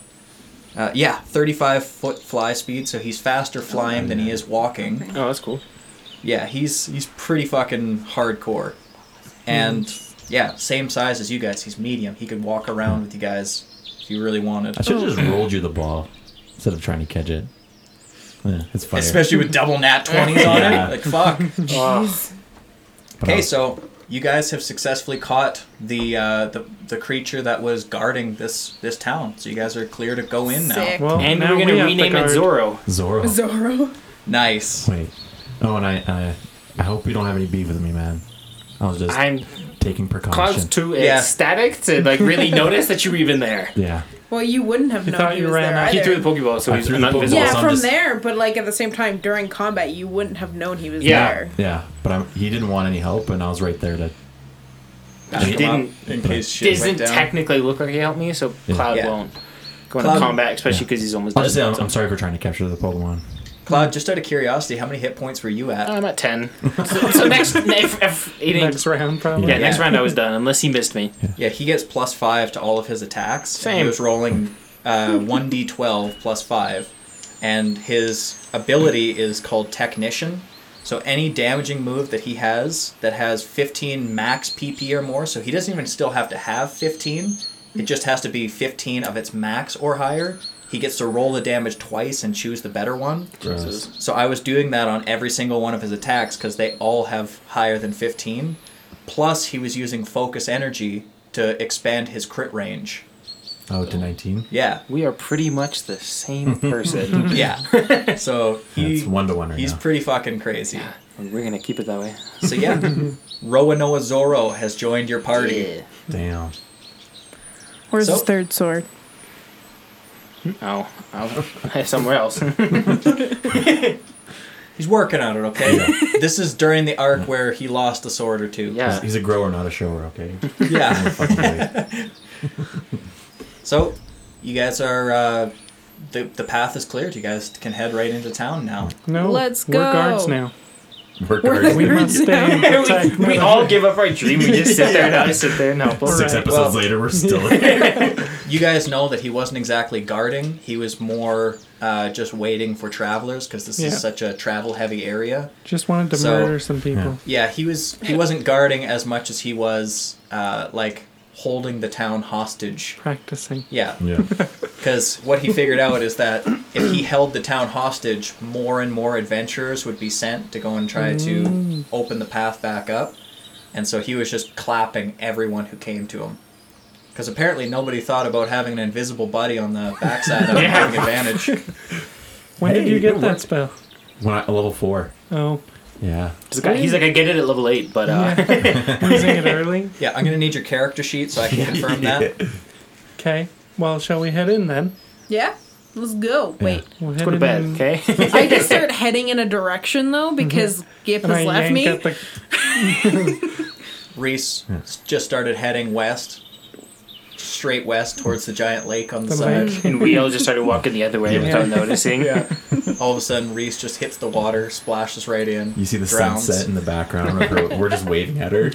[SPEAKER 1] Uh, yeah, 35 foot fly speed, so he's faster flying than he is walking.
[SPEAKER 4] Oh, that's cool.
[SPEAKER 1] Yeah, he's he's pretty fucking hardcore. And yeah, same size as you guys. He's medium. He could walk around with you guys if you really wanted.
[SPEAKER 2] I should have just rolled you the ball instead of trying to catch it. Yeah, it's fire.
[SPEAKER 1] Especially with double nat 20s on
[SPEAKER 2] Yeah.
[SPEAKER 1] it. Like fuck.
[SPEAKER 2] But
[SPEAKER 1] Okay,
[SPEAKER 2] I'll-
[SPEAKER 1] so you guys have successfully caught the uh the, the creature that was guarding this this town. So you guys are clear to go in now.
[SPEAKER 3] Sick.
[SPEAKER 5] Well,
[SPEAKER 4] And
[SPEAKER 5] now
[SPEAKER 4] we're gonna
[SPEAKER 5] we have to
[SPEAKER 4] rename it
[SPEAKER 5] guard.
[SPEAKER 4] Zoro.
[SPEAKER 2] Zoro.
[SPEAKER 3] Zorro.
[SPEAKER 1] Nice.
[SPEAKER 2] Wait. Oh, and I, I, I hope you don't have any beef with me, man. I was just
[SPEAKER 4] I'm
[SPEAKER 2] taking
[SPEAKER 4] Cloud's
[SPEAKER 2] precaution.
[SPEAKER 4] too
[SPEAKER 1] Yeah.
[SPEAKER 4] ecstatic to like really notice that you were even there.
[SPEAKER 2] yeah.
[SPEAKER 3] Well, you wouldn't have known
[SPEAKER 5] thought
[SPEAKER 3] he
[SPEAKER 5] you
[SPEAKER 3] was
[SPEAKER 5] ran
[SPEAKER 3] there
[SPEAKER 5] out.
[SPEAKER 4] He
[SPEAKER 3] either.
[SPEAKER 4] threw the Pokeball, so
[SPEAKER 2] I
[SPEAKER 4] he's
[SPEAKER 2] threw the
[SPEAKER 4] not
[SPEAKER 2] Pokeball,
[SPEAKER 4] visible.
[SPEAKER 3] yeah,
[SPEAKER 2] so I'm
[SPEAKER 3] from
[SPEAKER 2] just-
[SPEAKER 3] there, but like at the same time during combat, you wouldn't have known he was
[SPEAKER 4] Yeah.
[SPEAKER 3] there.
[SPEAKER 2] Yeah. But I'm, he didn't want any help, and I was right there to.
[SPEAKER 1] Back him
[SPEAKER 4] didn't-
[SPEAKER 1] up in case shit
[SPEAKER 4] Doesn't
[SPEAKER 1] went down.
[SPEAKER 4] technically look like he helped me, so
[SPEAKER 2] Yeah.
[SPEAKER 4] Cloud
[SPEAKER 1] Yeah.
[SPEAKER 4] won't go
[SPEAKER 1] Cloud-
[SPEAKER 4] into combat, especially
[SPEAKER 2] Yeah.
[SPEAKER 4] because he's almost
[SPEAKER 2] I'll just say
[SPEAKER 4] dead.
[SPEAKER 2] I'm, I'm sorry for trying to capture the Pokemon.
[SPEAKER 1] Cloud, just out of curiosity, how many hit points were you at?
[SPEAKER 4] I'm at ten. so, so next, if, if he didn't-
[SPEAKER 5] Next round, probably.
[SPEAKER 4] yeah, next
[SPEAKER 1] Yeah.
[SPEAKER 4] round I was done, unless he missed me.
[SPEAKER 1] Yeah, he gets plus five to all of his attacks. He
[SPEAKER 4] Same.
[SPEAKER 1] was rolling uh, one d twelve plus five, and his ability is called Technician. So any damaging move that he has that has fifteen max PP or more, so he doesn't even still have to have fifteen. It just has to be fifteen of its max or higher. He gets to roll the damage twice and choose the better one.
[SPEAKER 2] Gross.
[SPEAKER 1] So I was doing that on every single one of his attacks because they all have higher than 15. Plus, he was using focus energy to expand his crit range.
[SPEAKER 2] Oh, to 19?
[SPEAKER 1] Yeah,
[SPEAKER 4] We are pretty much the same person.
[SPEAKER 1] yeah. so he,
[SPEAKER 2] It's one to one right
[SPEAKER 1] he's
[SPEAKER 2] now.
[SPEAKER 1] pretty fucking crazy.
[SPEAKER 4] And We're gonna keep it that way.
[SPEAKER 1] So yeah, Roanoa Zoro has joined your party.
[SPEAKER 2] Damn.
[SPEAKER 3] Where's
[SPEAKER 1] So-
[SPEAKER 3] his third sword?
[SPEAKER 4] Oh, I'll, somewhere else.
[SPEAKER 1] He's working on it. Okay, this is during the arc where he lost a sword or two.
[SPEAKER 4] Yeah.
[SPEAKER 2] He's a grower, not a shower, okay?
[SPEAKER 1] yeah.
[SPEAKER 2] Fucking right.
[SPEAKER 1] So, you guys are uh, the the path is cleared. You guys can head right into town now.
[SPEAKER 5] No.
[SPEAKER 3] Let's
[SPEAKER 5] We're guards
[SPEAKER 3] go.
[SPEAKER 5] now.
[SPEAKER 2] Work
[SPEAKER 3] We're
[SPEAKER 2] hard.
[SPEAKER 3] the-
[SPEAKER 5] We must stay and protect.
[SPEAKER 4] we, we all give up our dream. We just sit there and I sit there and help. us.
[SPEAKER 2] Six
[SPEAKER 5] Right,
[SPEAKER 2] episodes later, we're still. in
[SPEAKER 1] You guys know that he wasn't exactly guarding. He was more uh, just waiting for travelers because this
[SPEAKER 5] Yeah.
[SPEAKER 1] is such a travel-heavy area.
[SPEAKER 5] Just wanted to
[SPEAKER 1] So-
[SPEAKER 5] murder some people.
[SPEAKER 1] Yeah, he was. He wasn't guarding as much as he was uh, like holding the town hostage.
[SPEAKER 5] Practicing.
[SPEAKER 1] Yeah,
[SPEAKER 2] yeah.
[SPEAKER 1] because what he figured out is that if he held the town hostage, more and more adventurers would be sent to go and try to open the path back up. And so he was just clapping everyone who came to him. Because apparently nobody thought about having an invisible buddy on the backside of
[SPEAKER 4] Yeah.
[SPEAKER 1] having advantage.
[SPEAKER 5] When did
[SPEAKER 2] Hey,
[SPEAKER 5] you get
[SPEAKER 2] it
[SPEAKER 5] that
[SPEAKER 2] worked.
[SPEAKER 5] spell?
[SPEAKER 2] When I level four.
[SPEAKER 5] Oh,
[SPEAKER 2] Yeah.
[SPEAKER 4] This guy- He's like, I get it at level eight, but uh,
[SPEAKER 5] losing it early.
[SPEAKER 1] Yeah, I'm gonna need your character sheet so I can confirm that.
[SPEAKER 5] Okay. Well, shall we head in then?
[SPEAKER 3] Yeah. Let's go. Wait.
[SPEAKER 5] We'll
[SPEAKER 4] go to bed, okay?
[SPEAKER 3] I just start heading in a direction though because Gip
[SPEAKER 5] And I
[SPEAKER 3] has left
[SPEAKER 5] yank
[SPEAKER 3] me.
[SPEAKER 5] at the
[SPEAKER 1] Reese s- just started heading west, straight west towards the giant lake on the,
[SPEAKER 5] The
[SPEAKER 1] side.
[SPEAKER 5] mic.
[SPEAKER 4] and we all just started walking the other way without noticing. Yeah.
[SPEAKER 1] All of a sudden, Reese just hits the water, splashes right in.
[SPEAKER 2] You see the
[SPEAKER 1] drowns.
[SPEAKER 2] sunset in the background. of her- We're just waving at her.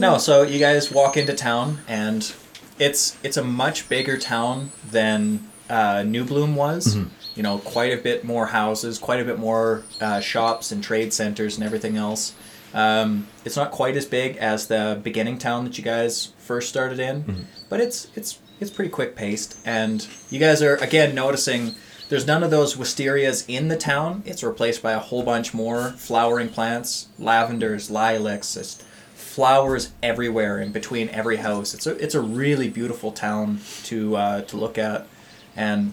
[SPEAKER 1] No, so you guys walk into town, and it's it's a much bigger town than uh, New Bloom was. You know, quite a bit more houses, quite a bit more uh, shops and trade centers and everything else. Um, it's not quite as big as the beginning town that you guys first started in, but it's it's it's pretty quick paced. And you guys are again noticing there's none of those wisterias in the town. It's replaced by a whole bunch more flowering plants, lavenders, lilacs, just flowers everywhere in between every house. It's a it's a really beautiful town to uh, to look at, and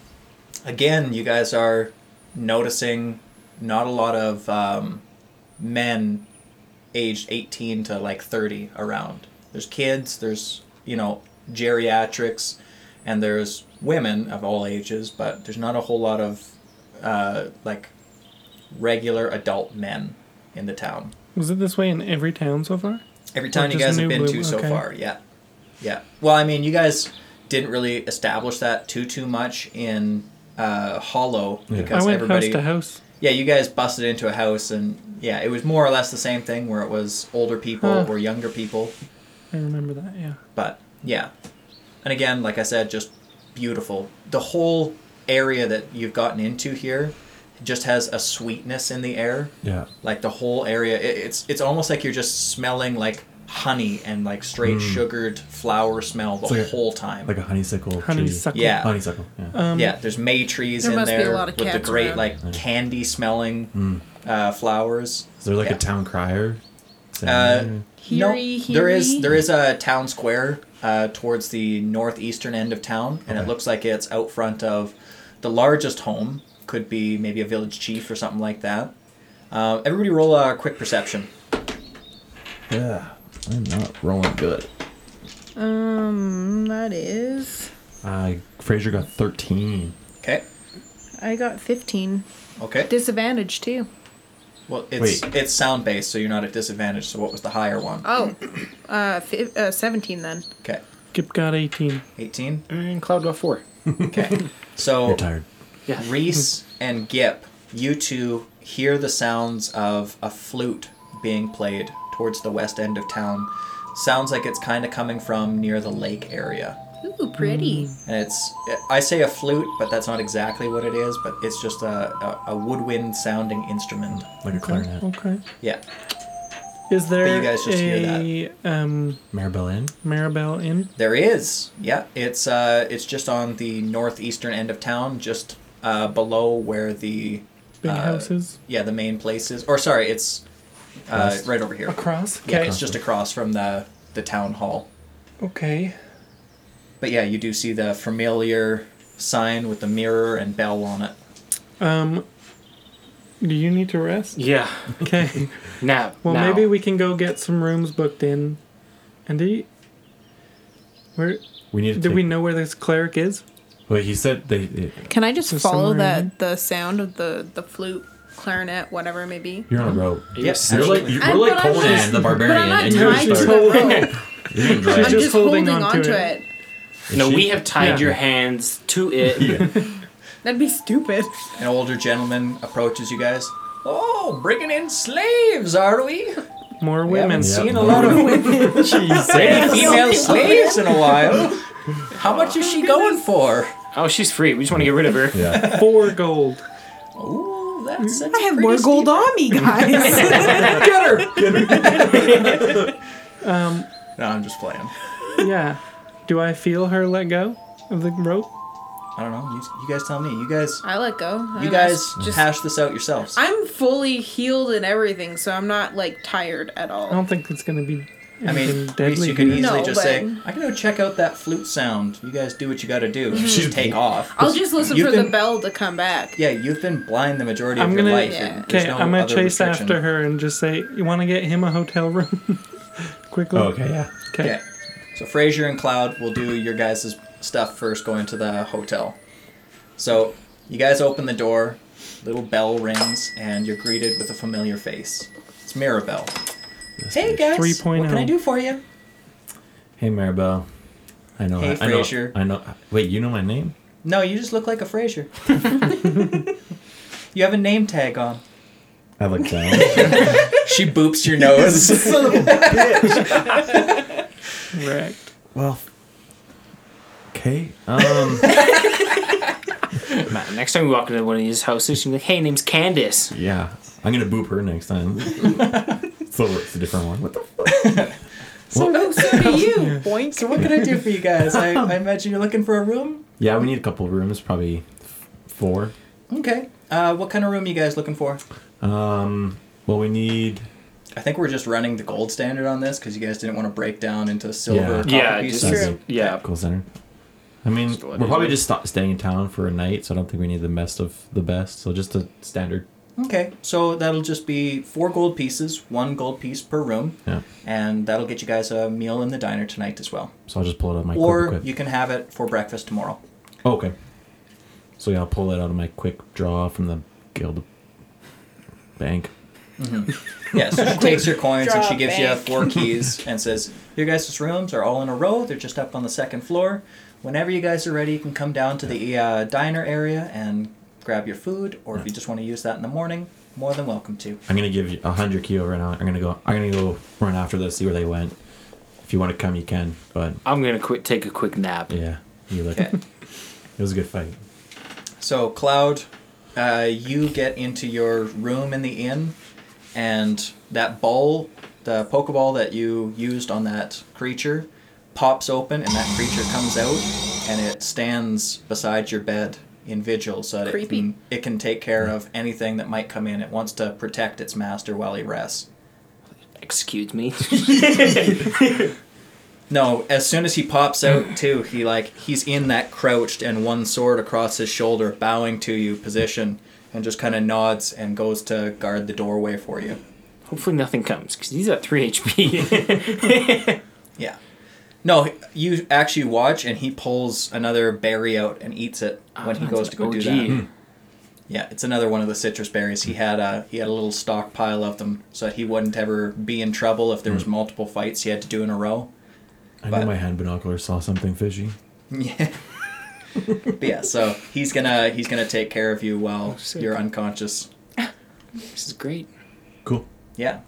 [SPEAKER 1] again, you guys are noticing not a lot of um, men aged 18 to like 30 around. There's kids, there's, you know, geriatrics, and there's women of all ages, but there's not a whole lot of uh, like regular adult men in the town.
[SPEAKER 5] Was it this way in every town so far?
[SPEAKER 1] Every town you
[SPEAKER 5] just
[SPEAKER 1] guys have
[SPEAKER 5] New
[SPEAKER 1] been
[SPEAKER 5] Bloom,
[SPEAKER 1] to so
[SPEAKER 5] okay.
[SPEAKER 1] far, yeah. Yeah. Well, I mean, you guys didn't really establish that too too much in uh, Hollow because
[SPEAKER 5] I went
[SPEAKER 1] everybody
[SPEAKER 5] house to house.
[SPEAKER 1] yeah, you guys busted into a house, and yeah, it was more or less the same thing where it was older people
[SPEAKER 5] Huh.
[SPEAKER 1] or younger people.
[SPEAKER 5] I remember that. Yeah.
[SPEAKER 1] But yeah. And again, like I said, just beautiful. The whole area that you've gotten into here just has a sweetness in the air.
[SPEAKER 2] Yeah.
[SPEAKER 1] Like the whole area, it, it's it's almost like you're just smelling like honey and like straight sugared flower smell the
[SPEAKER 2] Mm. It's like a-
[SPEAKER 1] whole time.
[SPEAKER 2] Like a honeysuckle.
[SPEAKER 5] Honeysuckle.
[SPEAKER 1] Yeah.
[SPEAKER 2] Tree. Honeysuckle. Yeah.
[SPEAKER 5] Um,
[SPEAKER 1] yeah, there's May trees
[SPEAKER 3] There
[SPEAKER 1] in
[SPEAKER 3] must be a
[SPEAKER 1] there
[SPEAKER 3] lot of
[SPEAKER 1] with the
[SPEAKER 3] cats
[SPEAKER 1] great
[SPEAKER 3] around.
[SPEAKER 1] like candy smelling uh, flowers.
[SPEAKER 2] Mm. Is there like
[SPEAKER 1] yeah.
[SPEAKER 2] a town crier?
[SPEAKER 1] Uh,
[SPEAKER 3] Heary,
[SPEAKER 1] there is
[SPEAKER 3] heary.
[SPEAKER 1] there is a town square uh, towards the northeastern end of town, and it
[SPEAKER 2] Okay.
[SPEAKER 1] looks like it's out front of the largest home. Could be maybe a village chief or something like that. Uh, everybody, roll a quick perception.
[SPEAKER 2] yeah. I'm not rolling good.
[SPEAKER 3] Um, that is.
[SPEAKER 2] Uh, Fraser got 13.
[SPEAKER 1] Okay.
[SPEAKER 3] I got 15.
[SPEAKER 1] Okay.
[SPEAKER 3] Disadvantage too.
[SPEAKER 1] Well, it's it's sound based, so you're not at disadvantage. So what was the higher one?
[SPEAKER 3] Oh, uh, fi- uh 17 then.
[SPEAKER 1] Okay.
[SPEAKER 5] Gip got 18.
[SPEAKER 1] 18.
[SPEAKER 4] And Cloud got four.
[SPEAKER 1] Okay. So
[SPEAKER 2] You're tired.
[SPEAKER 4] Yeah.
[SPEAKER 1] Reese and Gip, you two hear the sounds of a flute being played towards the west end of town. Sounds like it's kind of coming from near the lake area.
[SPEAKER 3] Ooh, pretty.
[SPEAKER 2] Mm.
[SPEAKER 1] And it's, I say a flute, but that's not exactly what it is, but it's just a, a, a woodwind sounding instrument.
[SPEAKER 2] Like a clarinet.
[SPEAKER 5] Okay.
[SPEAKER 1] Yeah.
[SPEAKER 5] Is there
[SPEAKER 1] guys just
[SPEAKER 5] a
[SPEAKER 1] hear
[SPEAKER 5] um
[SPEAKER 2] Maribel Inn.
[SPEAKER 5] Maribel Inn?
[SPEAKER 1] There is. Yeah. It's, uh, it's just on the northeastern end of town, just uh, below where the,
[SPEAKER 5] Big
[SPEAKER 1] Uh,
[SPEAKER 5] houses
[SPEAKER 1] yeah, the main place is. Or sorry, it's uh,
[SPEAKER 2] Across.
[SPEAKER 1] right over here.
[SPEAKER 5] across.
[SPEAKER 1] Yeah,
[SPEAKER 5] Okay.
[SPEAKER 1] it's just across from the, the town hall.
[SPEAKER 5] Okay.
[SPEAKER 1] But yeah, you do see the familiar sign with the mirror and bell on it.
[SPEAKER 5] Um, do you need to rest?
[SPEAKER 4] Yeah.
[SPEAKER 5] Okay.
[SPEAKER 4] Nap.
[SPEAKER 5] Well,
[SPEAKER 4] now.
[SPEAKER 5] maybe we can go get some rooms booked in. And do you, where
[SPEAKER 2] We need to.
[SPEAKER 5] do
[SPEAKER 2] take-
[SPEAKER 5] we know where this cleric is?
[SPEAKER 2] Wait, he said they. they-
[SPEAKER 3] Can I just
[SPEAKER 5] So
[SPEAKER 3] follow
[SPEAKER 5] somewhere in
[SPEAKER 3] that the sound of the the flute, clarinet, whatever it may be?
[SPEAKER 2] you're on a rope.
[SPEAKER 1] Yes.
[SPEAKER 2] You're like,
[SPEAKER 1] absolutely.
[SPEAKER 2] you-
[SPEAKER 3] I'm-
[SPEAKER 2] we're like
[SPEAKER 3] but I'm
[SPEAKER 2] Conan
[SPEAKER 3] just-
[SPEAKER 2] the Barbarian,
[SPEAKER 3] But I'm not
[SPEAKER 2] and you're
[SPEAKER 3] tied
[SPEAKER 2] just
[SPEAKER 3] to
[SPEAKER 2] like,
[SPEAKER 3] that rope.
[SPEAKER 2] you can
[SPEAKER 3] I'm
[SPEAKER 2] drive.
[SPEAKER 3] just holding,
[SPEAKER 5] holding
[SPEAKER 3] on
[SPEAKER 5] onto
[SPEAKER 3] to
[SPEAKER 5] it.
[SPEAKER 3] it.
[SPEAKER 4] No,
[SPEAKER 2] She-
[SPEAKER 4] we have tied
[SPEAKER 5] Yeah.
[SPEAKER 4] your hands to it.
[SPEAKER 2] Yeah.
[SPEAKER 3] That'd be stupid.
[SPEAKER 1] An older gentleman approaches you guys. Oh, bringing in slaves, are we?
[SPEAKER 5] More
[SPEAKER 1] We
[SPEAKER 5] women.
[SPEAKER 1] haven't seen a lot of
[SPEAKER 2] Jesus.
[SPEAKER 1] any female slaves in a while. How much is she going for?
[SPEAKER 4] Oh, she's free. We just want to get rid of her.
[SPEAKER 2] Yeah.
[SPEAKER 5] Four gold.
[SPEAKER 1] Ooh, that's such
[SPEAKER 8] I have more gold on me, guys.
[SPEAKER 1] Get her! no, I'm just playing.
[SPEAKER 5] Yeah. Do I feel her let go of the rope?
[SPEAKER 1] I don't know. You, you guys tell me. You guys,
[SPEAKER 3] I let go.
[SPEAKER 1] you guys hash this out yourselves.
[SPEAKER 3] I'm fully healed and everything, so I'm not like tired at all.
[SPEAKER 5] I
[SPEAKER 1] Oh,
[SPEAKER 5] don't think it's gonna be.
[SPEAKER 1] I mean,
[SPEAKER 5] anything
[SPEAKER 1] at least you can
[SPEAKER 5] here.
[SPEAKER 1] easily
[SPEAKER 3] No,
[SPEAKER 1] just say,
[SPEAKER 3] but-
[SPEAKER 1] "I can go check out that flute sound." You guys do what you got to do.
[SPEAKER 5] Mm-hmm.
[SPEAKER 1] Just take off.
[SPEAKER 3] I'll just listen
[SPEAKER 1] You've
[SPEAKER 3] for
[SPEAKER 1] been-
[SPEAKER 3] the bell to come back.
[SPEAKER 1] Yeah, you've been blind the majority of
[SPEAKER 5] I'm
[SPEAKER 1] your
[SPEAKER 5] gonna-
[SPEAKER 1] life.
[SPEAKER 3] Yeah.
[SPEAKER 1] There's
[SPEAKER 5] Okay,
[SPEAKER 1] no
[SPEAKER 5] I'm gonna
[SPEAKER 1] other
[SPEAKER 5] chase
[SPEAKER 1] restriction.
[SPEAKER 5] after her and just say, "You want to get him a hotel room quickly?"
[SPEAKER 2] Oh, Okay, yeah.
[SPEAKER 1] Oh,
[SPEAKER 5] Okay.
[SPEAKER 1] Okay. So Frazier and Cloud will do your guys' stuff first, going to the hotel. So you guys open the door, little bell rings, and you're greeted with a familiar face. It's Mirabelle. Hey guys, what
[SPEAKER 5] 3.0.
[SPEAKER 1] can I do for you?
[SPEAKER 2] Hey, Maribel. I know.
[SPEAKER 1] Hey,
[SPEAKER 2] I, know,
[SPEAKER 1] Frasier.
[SPEAKER 2] I know. Wait, you know my name?
[SPEAKER 1] No, you just look like a Frazier. you have a name tag on.
[SPEAKER 2] I look down.
[SPEAKER 1] She boops your nose.
[SPEAKER 5] Correct.
[SPEAKER 2] well. Okay. Um.
[SPEAKER 4] Matt, next time we walk into one of these houses, she's like, "Hey, name's Candace."
[SPEAKER 2] Yeah. I'm gonna boop her next time. so it's a different one. What the?
[SPEAKER 8] oh, so do you. Boink.
[SPEAKER 1] so what can I do for you guys? I, I imagine you're looking for a room.
[SPEAKER 2] Yeah, we need a couple rooms, probably f- four.
[SPEAKER 1] Okay. Uh, what kind of room you guys looking for?
[SPEAKER 2] Um. Well, we need.
[SPEAKER 1] I think we're just running the gold standard on this because you guys didn't want to break down into silver
[SPEAKER 2] Yeah.
[SPEAKER 1] copper
[SPEAKER 4] Yeah,
[SPEAKER 1] pieces.
[SPEAKER 4] just-
[SPEAKER 2] True.
[SPEAKER 4] Yeah.
[SPEAKER 2] Cool center. I mean,
[SPEAKER 4] Just
[SPEAKER 2] we're
[SPEAKER 4] let it
[SPEAKER 2] probably
[SPEAKER 4] go.
[SPEAKER 2] just stop staying in town for a night, so I don't think we need the best of the best. So just a standard.
[SPEAKER 1] Okay, so that'll just be four gold pieces, one gold piece per room,
[SPEAKER 2] Yeah.
[SPEAKER 1] and that'll get you guys a meal in the diner tonight as well.
[SPEAKER 2] So I'll just pull it out of my
[SPEAKER 1] or
[SPEAKER 2] quick.
[SPEAKER 1] you can have it for breakfast tomorrow.
[SPEAKER 2] Oh, okay. So yeah, I'll pull it out of my quick draw from the guild bank.
[SPEAKER 1] Yeah, so she takes your coins and
[SPEAKER 8] Draw
[SPEAKER 1] she gives
[SPEAKER 8] bank.
[SPEAKER 1] you four keys and says, Your guys' rooms are all in a row, they're just up on the second floor. Whenever you guys are ready, you can come down to the uh, diner area and grab your food, or if you just want to use that in the morning, more than welcome to.
[SPEAKER 2] I'm gonna give you a hundred kilo right now. I'm gonna go. I'm gonna go run after this. See where they went. If you want to come, you can. But
[SPEAKER 4] I'm gonna quit. Take a quick nap.
[SPEAKER 2] yeah, you look.
[SPEAKER 1] Okay.
[SPEAKER 2] it was a good fight.
[SPEAKER 1] So, Cloud, uh, you get into your room in the inn, and that ball, the Pokeball that you used on that creature, pops open, and that creature comes out, and it stands beside your bed in vigil so that it
[SPEAKER 3] Creepy.
[SPEAKER 1] can, it can take care of anything that might come in. It wants to protect its master while he rests.
[SPEAKER 4] Excuse me.
[SPEAKER 1] No, as soon as he pops out too, he like he's in that crouched and one sword across his shoulder, bowing to you position, and just kind of nods and goes to guard the doorway for you.
[SPEAKER 4] Hopefully nothing comes because he's at three HP.
[SPEAKER 1] Yeah. No, you actually watch, and he pulls another berry out and eats it when he goes to go
[SPEAKER 4] Oh,
[SPEAKER 1] do
[SPEAKER 4] gee.
[SPEAKER 1] that. Yeah, it's another one of the citrus berries. He had a he had a little stockpile of them, so that he wouldn't ever be in trouble if there was multiple fights he had to do in a row.
[SPEAKER 2] I
[SPEAKER 1] But-
[SPEAKER 2] knew my hand binoculars saw something fishy.
[SPEAKER 1] Yeah. but yeah, so he's gonna he's gonna take care of you
[SPEAKER 5] Oh,
[SPEAKER 1] while
[SPEAKER 4] sick.
[SPEAKER 1] you're unconscious.
[SPEAKER 4] This is great.
[SPEAKER 2] Cool.
[SPEAKER 1] Yeah.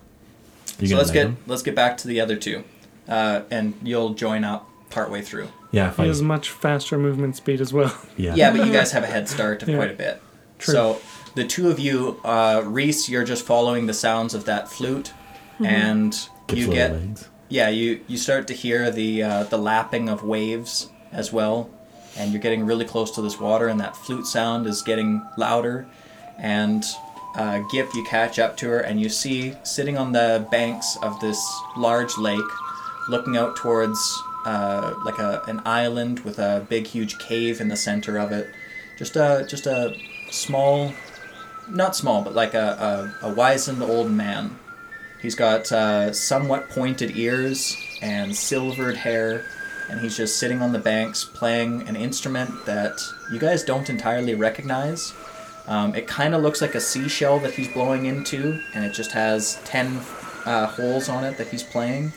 [SPEAKER 2] You
[SPEAKER 1] so
[SPEAKER 2] gonna
[SPEAKER 1] let's
[SPEAKER 2] let
[SPEAKER 1] get
[SPEAKER 2] him?
[SPEAKER 1] let's get back to the other two, uh, and you'll join up partway through.
[SPEAKER 2] Yeah, if
[SPEAKER 5] He
[SPEAKER 2] I,
[SPEAKER 5] has much faster movement speed as well.
[SPEAKER 2] yeah.
[SPEAKER 1] Yeah, but you guys have a head start of
[SPEAKER 5] Yeah.
[SPEAKER 1] quite a bit.
[SPEAKER 5] True.
[SPEAKER 1] So the two of you, uh, Reese, you're just following the sounds of that flute,
[SPEAKER 5] Mm-hmm.
[SPEAKER 1] and
[SPEAKER 2] Gives
[SPEAKER 1] you
[SPEAKER 2] little
[SPEAKER 1] get
[SPEAKER 2] legs.
[SPEAKER 1] yeah you you start to hear the uh, the lapping of waves as well and you're getting really close to this water and that flute sound is getting louder and uh, Gip, you catch up to her and you see sitting on the banks of this large lake, looking out towards uh, like a, an island with a big, huge cave in the center of it. Just a just a small, not small, but like a, a, a wizened old man He's got uh, somewhat pointed ears and silvered hair, and he's just sitting on the banks playing an instrument that you guys don't entirely recognize. Um, it kind of looks like a seashell that he's blowing into, and it just has 10 uh, holes on it that he's playing.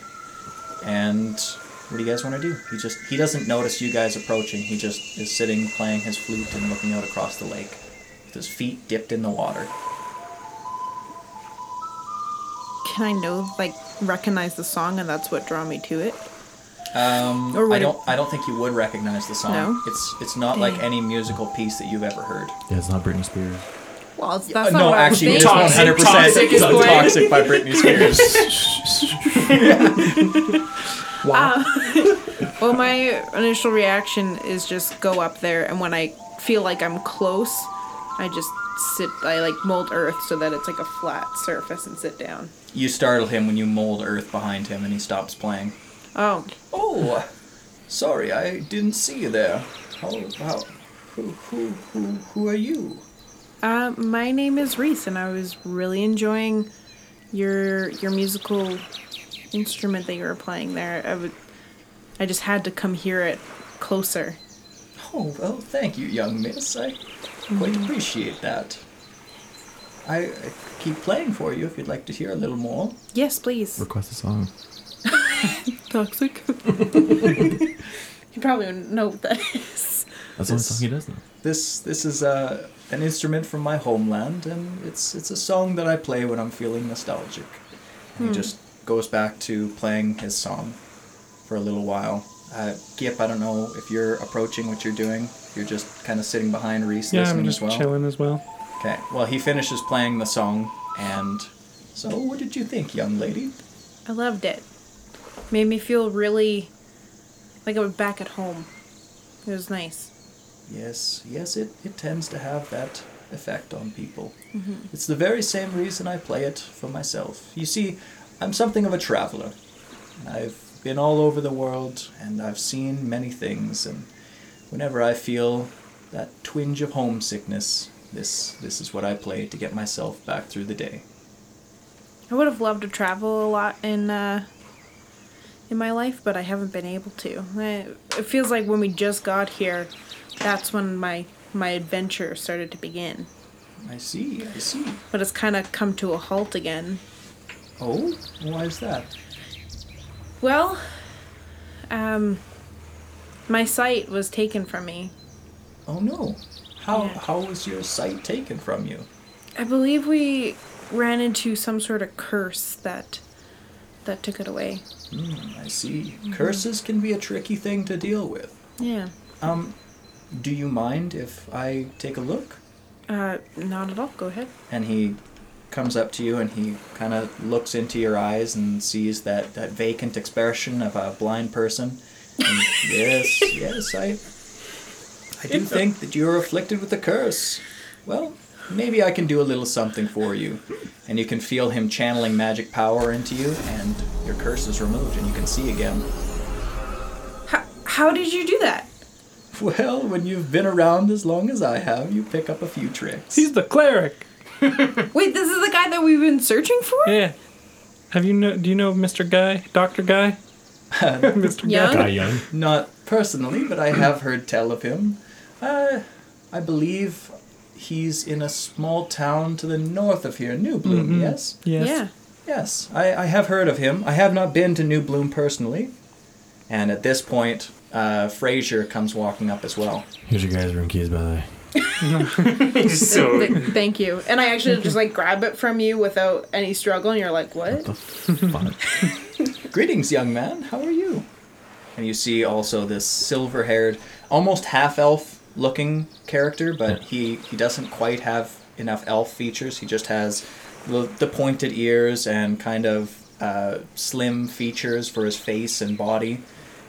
[SPEAKER 1] And what do you guys want to do? He just he doesn't notice you guys approaching. He just is sitting playing his flute and looking out across the lake with his feet dipped in the water.
[SPEAKER 3] can I know like recognize the song and that's what draw me to it?
[SPEAKER 1] Um,
[SPEAKER 3] Or would
[SPEAKER 1] I
[SPEAKER 3] it-
[SPEAKER 1] don't. I don't think you would recognize the song.
[SPEAKER 3] No?
[SPEAKER 1] It's it's not like
[SPEAKER 3] Dang.
[SPEAKER 1] any musical piece that you've ever heard.
[SPEAKER 2] Yeah, it's not Britney Spears.
[SPEAKER 3] Well, it's, that's
[SPEAKER 1] Uh,
[SPEAKER 3] not
[SPEAKER 1] no,
[SPEAKER 3] what I was
[SPEAKER 1] actually, it's
[SPEAKER 3] thinking.
[SPEAKER 1] one hundred percent
[SPEAKER 4] Toxic is playing.
[SPEAKER 1] toxic by Britney Spears.
[SPEAKER 3] Well, my initial reaction is just go up there, and when I feel like I'm close, I just sit. I like mold earth so that it's like a flat surface and sit down.
[SPEAKER 1] you startle him when you mold earth behind him, and he stops playing.
[SPEAKER 3] Oh,
[SPEAKER 1] Oh, sorry, I didn't see you there. How, how, who, who, who, who are you?
[SPEAKER 3] uh, my name is Reese, and I was really enjoying your your musical instrument that you were playing there. I would, I just had to come hear it closer.
[SPEAKER 1] Oh, well, thank you, young miss. I quite
[SPEAKER 3] Mm-hmm.
[SPEAKER 1] appreciate that. I, I keep playing for you if you'd like to hear a little more.
[SPEAKER 3] Yes, please.
[SPEAKER 2] Request a song.
[SPEAKER 3] Toxic. you probably wouldn't know what that is.
[SPEAKER 2] That's the only
[SPEAKER 1] This-
[SPEAKER 2] song he does know.
[SPEAKER 1] This this is uh, an instrument from my homeland, and it's it's a song that I play when I'm feeling nostalgic. And
[SPEAKER 5] Hmm.
[SPEAKER 1] He just goes back to playing his song for a little while. Uh, Gip, I don't know if you're approaching what you're doing. If You're just kind of sitting behind Reese
[SPEAKER 5] Yeah,
[SPEAKER 1] listening
[SPEAKER 5] I'm just
[SPEAKER 1] as well.
[SPEAKER 5] chilling as well.
[SPEAKER 1] Okay. Well, he finishes playing the song, and so what did you think, young lady?
[SPEAKER 3] I loved it. Made me feel really like I was back at home. It was nice.
[SPEAKER 1] Yes, yes, it, it tends to have that effect on people. It's the very same reason I play it for myself. You see, I'm something of a traveler. I've been all over the world and I've seen many things, and whenever I feel that twinge of homesickness, this, this is what I play to get myself back through the day.
[SPEAKER 3] I would have loved to travel a lot in uh, in my life, but I haven't been able to. I, it feels like when we just got here, that's when my my adventure started to begin.
[SPEAKER 1] I see, I see.
[SPEAKER 3] But it's kind of come to a halt again.
[SPEAKER 1] Oh, why is that?
[SPEAKER 3] Well, um, my sight was taken from me.
[SPEAKER 1] Oh no. How,
[SPEAKER 3] Yeah.
[SPEAKER 1] how was your sight taken from you?
[SPEAKER 3] I believe we ran into some sort of curse that that took it away.
[SPEAKER 1] I see. Curses can be a tricky thing to deal with.
[SPEAKER 3] Yeah.
[SPEAKER 1] Um, do you mind if I take a look?
[SPEAKER 3] Uh, not at all. Go ahead.
[SPEAKER 1] And he comes up to you and he kind of looks into your eyes and sees that, that vacant expression of a blind person. And yes, yes, I, I do think that you're afflicted with a curse. Well, maybe I can do a little something for you. And you can feel him channeling magic power into you, and your curse is removed, and you can see again.
[SPEAKER 3] How, how did you do that?
[SPEAKER 1] Well, when you've been around as long as I have, you pick up a few tricks.
[SPEAKER 5] He's the cleric.
[SPEAKER 3] Wait, this is the guy that we've been searching for?
[SPEAKER 5] Yeah. Have you know? Do you know Mr. Guy, Doctor Guy? Mr.
[SPEAKER 3] Young?
[SPEAKER 2] Guy Young.
[SPEAKER 1] Not personally, but I have heard tell of him. Uh, I believe he's in a small town to the north of here, New Bloom, yes?
[SPEAKER 5] Yes.
[SPEAKER 3] Yeah.
[SPEAKER 1] Yes, I, I have heard of him. I have not been to New Bloom personally. And at this point, uh, Fraser comes walking up as well.
[SPEAKER 2] Here's your guys' room keys, by the way.
[SPEAKER 4] so
[SPEAKER 3] Th- th- thank you. And I actually just like grab it from you without any struggle, and you're like, what?
[SPEAKER 2] The fuck?
[SPEAKER 1] Greetings, young man. How are you? And you see also this silver haired, almost half elf looking character, but he, he doesn't quite have enough elf features. He just has the, the pointed ears and kind of uh, slim features for his face and body.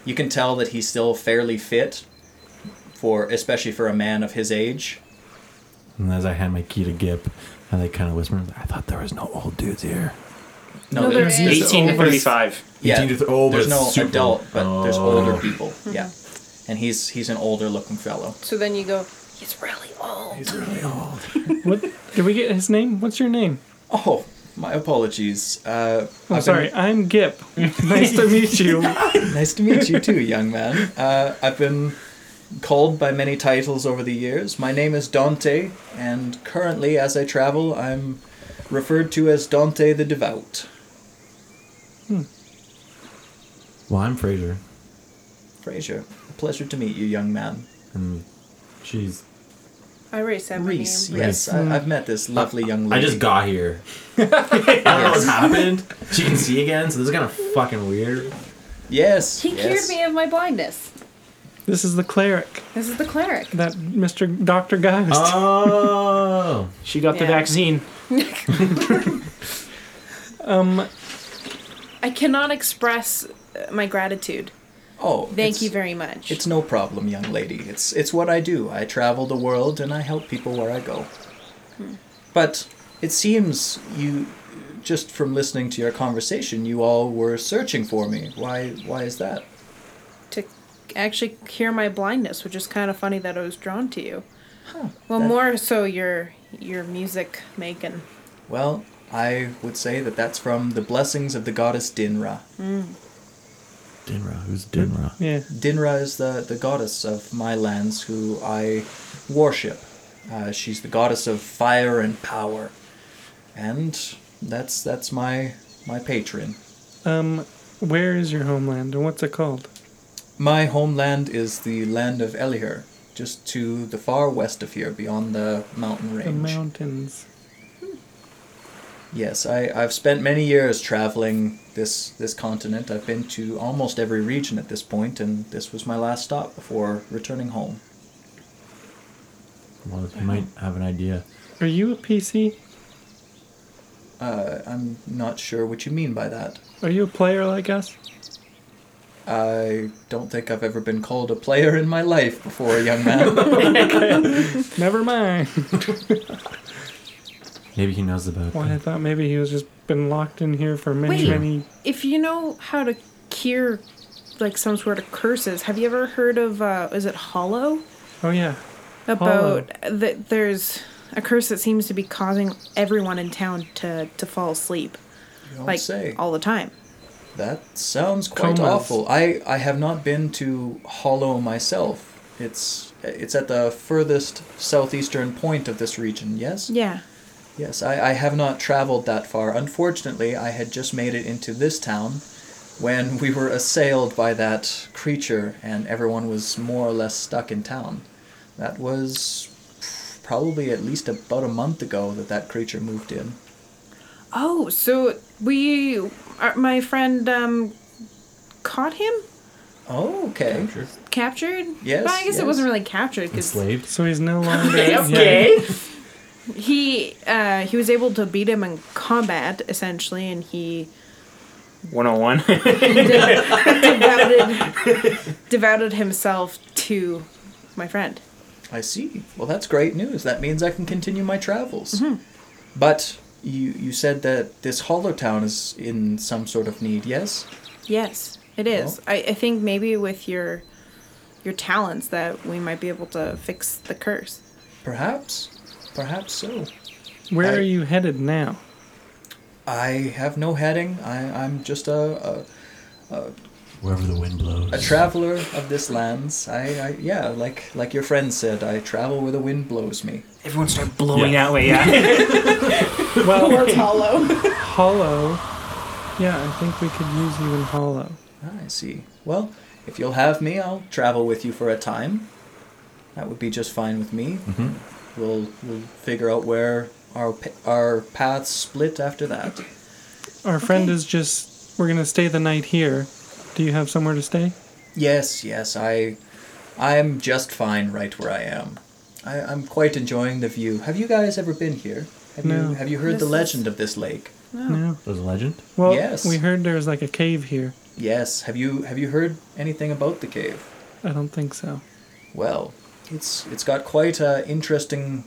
[SPEAKER 1] You can tell that he's still fairly fit, for especially for a man of his age.
[SPEAKER 2] and as I hand my key to Gip, I like kind of whisper, I thought there was no old dudes here.
[SPEAKER 1] No,
[SPEAKER 3] there
[SPEAKER 1] there's-
[SPEAKER 3] is-
[SPEAKER 5] It's
[SPEAKER 4] 18 to
[SPEAKER 5] over.
[SPEAKER 4] 35.
[SPEAKER 1] Yeah,
[SPEAKER 2] 18 to th- oh, but
[SPEAKER 1] there's
[SPEAKER 2] it's
[SPEAKER 1] no
[SPEAKER 2] super-
[SPEAKER 1] adult, but there's
[SPEAKER 2] Oh.
[SPEAKER 1] older people. Yeah, and he's he's an older looking fellow.
[SPEAKER 3] So then you go, he's really old.
[SPEAKER 5] What? Did we get his name? What's your name?
[SPEAKER 1] Oh, my apologies. Uh,
[SPEAKER 5] I'm
[SPEAKER 1] I've
[SPEAKER 5] sorry. I'm Gip. Nice to meet you.
[SPEAKER 1] Been, nice to meet you too, young man. Uh, I've been called by many titles over the years. My name is Dante, and currently, as I travel, I'm referred to as Dante the Devout.
[SPEAKER 2] Well, I'm Fraser.
[SPEAKER 1] Fraser, a pleasure to meet you, young man.
[SPEAKER 2] She's
[SPEAKER 3] I already said my
[SPEAKER 1] Reese.
[SPEAKER 3] name.
[SPEAKER 1] Yes, I, I've met this lovely young
[SPEAKER 2] I
[SPEAKER 1] lady.
[SPEAKER 2] just got here. I don't know what's happened. She can see again, so this is kind of fucking weird.
[SPEAKER 1] Yes.
[SPEAKER 9] He cured me of my blindness.
[SPEAKER 5] This is the cleric
[SPEAKER 9] This is the cleric.
[SPEAKER 5] that Mr. Doctor Guy was.
[SPEAKER 2] Oh.
[SPEAKER 4] She got the
[SPEAKER 9] Yeah.
[SPEAKER 4] vaccine.
[SPEAKER 5] um,
[SPEAKER 3] I cannot express uh, my gratitude.
[SPEAKER 1] Oh,
[SPEAKER 3] Thank
[SPEAKER 1] it's-
[SPEAKER 3] you very much.
[SPEAKER 1] It's no problem, young lady. It's it's what I do. I travel the world and I help people where I go. But it seems you just from listening to your conversation, you all were searching for me. Why why is that?
[SPEAKER 3] to actually cure my blindness, which is kind of funny that I was drawn to you. well,
[SPEAKER 1] that-
[SPEAKER 3] more so your your music making.
[SPEAKER 1] Well, I would say that that's from the blessings of the goddess Dinra.
[SPEAKER 2] Dinra, who's Dinra?
[SPEAKER 5] yeah.
[SPEAKER 1] Dinra is the, the goddess of my lands who I worship. Uh, she's the goddess of fire and power. And that's that's my my patron.
[SPEAKER 5] Um, where is your homeland and what's it called?
[SPEAKER 1] My homeland is the land of Elihir, just to the far west of here, beyond the mountain
[SPEAKER 5] The
[SPEAKER 1] range.
[SPEAKER 5] mountains.
[SPEAKER 1] Yes, I, I've spent many years traveling this this continent. I've been to almost every region at this point, and this was my last stop before returning home.
[SPEAKER 2] Well, you might have an idea.
[SPEAKER 5] Are you a PC?
[SPEAKER 1] Uh, I'm not sure what you mean by that.
[SPEAKER 5] Are you a player like us?
[SPEAKER 1] I don't think I've ever been called a player in my life before, young man.
[SPEAKER 5] Never mind.
[SPEAKER 2] Maybe he knows about
[SPEAKER 5] Why I
[SPEAKER 2] it.
[SPEAKER 5] thought maybe he was just been locked in here for many,
[SPEAKER 3] Wait.
[SPEAKER 5] many.
[SPEAKER 3] If you know how to cure like some sort of curses, have you ever heard of uh is it Hollow?
[SPEAKER 5] Oh yeah. Hollow.
[SPEAKER 3] About that there's a curse that seems to be causing everyone in town to to fall asleep
[SPEAKER 1] Don't
[SPEAKER 3] like
[SPEAKER 1] say.
[SPEAKER 3] all the time.
[SPEAKER 1] That sounds quite
[SPEAKER 5] Comas.
[SPEAKER 1] awful. I, I have not been to Hollow myself. It's it's at the furthest southeastern point of this region, yes?
[SPEAKER 3] Yeah.
[SPEAKER 1] Yes, I, I have not traveled that far. Unfortunately, I had just made it into this town when we were assailed by that creature and everyone was more or less stuck in town. That was probably at least about a month ago that that creature moved in.
[SPEAKER 3] Oh, so we our, my friend um caught him?
[SPEAKER 1] Oh, okay.
[SPEAKER 3] captured?
[SPEAKER 1] Yes,
[SPEAKER 3] But I guess
[SPEAKER 1] yes.
[SPEAKER 3] it wasn't really captured because
[SPEAKER 2] Enslaved?
[SPEAKER 5] So he's no longer.
[SPEAKER 4] Okay.
[SPEAKER 3] he uh, he was able to beat him in combat essentially, and he
[SPEAKER 4] One on one.
[SPEAKER 3] devouted devouted himself to my friend.
[SPEAKER 1] I see. Well, that's great news. That means I can continue my travels. But you you said that this Hollow Town is in some sort of need, yes?
[SPEAKER 3] Yes, it is. I, I think maybe with your your talents that we might be able to fix the curse.
[SPEAKER 1] Perhaps. Perhaps so.
[SPEAKER 5] Where
[SPEAKER 1] I-
[SPEAKER 5] are you headed now?
[SPEAKER 1] I have no heading. I, I'm just a,
[SPEAKER 2] Wherever the wind blows.
[SPEAKER 1] a, a traveler of this lands. I, I yeah, like like your friend said, I travel where the wind blows me.
[SPEAKER 4] Everyone start blowing that way. Yeah.
[SPEAKER 5] Well,
[SPEAKER 8] Hollow.
[SPEAKER 5] Hollow. Yeah, I think we could use you in Hollow.
[SPEAKER 1] Ah, I see. Well, if you'll have me, I'll travel with you for a time. That would be just fine with me. We'll we'll figure out where our pa- our paths split after that.
[SPEAKER 5] Our friend is just. We're gonna stay the night here. Do you have somewhere to stay?
[SPEAKER 1] Yes, yes, I I'm just fine right where I am. I, I'm quite enjoying the view. Have you guys ever been here? Have
[SPEAKER 5] No.
[SPEAKER 1] you have you heard
[SPEAKER 3] This
[SPEAKER 1] the
[SPEAKER 3] is-
[SPEAKER 1] legend of this lake?
[SPEAKER 5] No.
[SPEAKER 2] There's a legend?
[SPEAKER 5] Well,
[SPEAKER 1] Yes.
[SPEAKER 5] we heard there's like a cave here.
[SPEAKER 1] Yes. Have you have you heard anything about the cave?
[SPEAKER 5] I don't think so.
[SPEAKER 1] Well, it's it's got quite a interesting.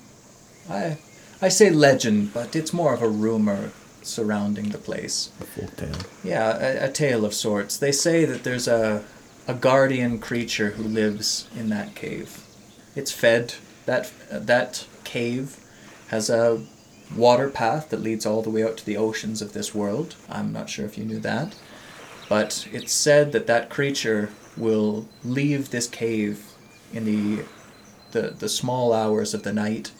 [SPEAKER 1] I I say legend, but it's more of a rumor surrounding the place.
[SPEAKER 2] A folk tale.
[SPEAKER 1] Yeah, a, a tale of sorts. They say that there's a a guardian creature who lives in that cave. It's fed that that cave has a water path that leads all the way out to the oceans of this world. I'm not sure if you knew that, but it's said that that creature will leave this cave in the the, the small hours of the night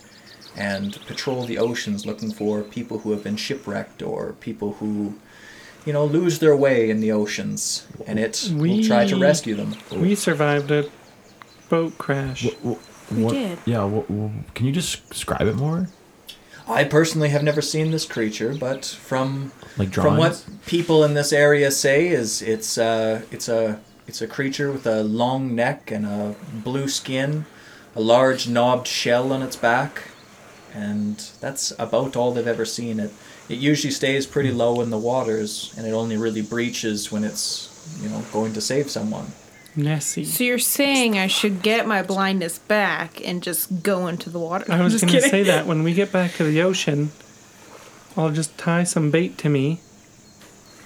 [SPEAKER 1] and patrol the oceans looking for people who have been shipwrecked or people who you know lose their way in the oceans and it will try to
[SPEAKER 5] We-
[SPEAKER 1] rescue them
[SPEAKER 5] We survived a boat crash.
[SPEAKER 2] Well,
[SPEAKER 3] We
[SPEAKER 2] What-
[SPEAKER 3] did.
[SPEAKER 2] Yeah. wh- wh- can you just describe it more?
[SPEAKER 1] I personally have never seen this creature, but from
[SPEAKER 2] Like
[SPEAKER 1] from what people in this area say is it's uh, it's a it's a creature with a long neck and a blue skin, a large knobbed shell on its back, and that's about all they've ever seen. It it usually stays pretty low in the waters, and it only really breaches when it's you know going to save someone.
[SPEAKER 5] Nessie.
[SPEAKER 3] So you're saying I should get my blindness back and just go into the water?
[SPEAKER 5] I was
[SPEAKER 3] Just
[SPEAKER 5] going to
[SPEAKER 3] kidding.
[SPEAKER 5] say that when we get back to the ocean, I'll just tie some bait to me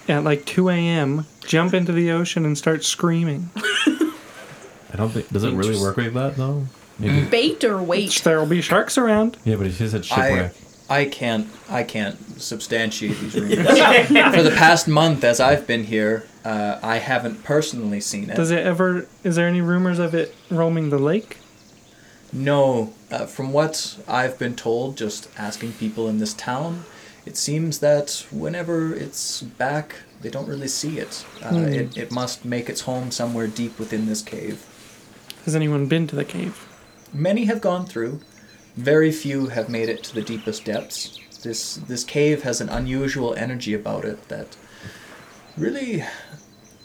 [SPEAKER 5] at like 2 a.m., jump into the ocean, and start screaming.
[SPEAKER 2] I don't think. Does it really work like that though? Maybe.
[SPEAKER 3] Bait or wait?
[SPEAKER 5] There will be sharks around.
[SPEAKER 2] Yeah, but it is a
[SPEAKER 1] I,
[SPEAKER 2] shipwreck.
[SPEAKER 1] I can't I can't substantiate these rumors. For the past month, as I've been here, uh, I haven't personally seen it.
[SPEAKER 5] Does it ever? Is there any rumors of it roaming the lake?
[SPEAKER 1] No, uh, from what I've been told, just asking people in this town, it seems that whenever it's back, they don't really see it. Uh,
[SPEAKER 5] Hmm.
[SPEAKER 1] it. It must make its home somewhere deep within this cave.
[SPEAKER 5] Has anyone been to the cave?
[SPEAKER 1] Many have gone through. Very few have made it to the deepest depths. This this cave has an unusual energy about it that really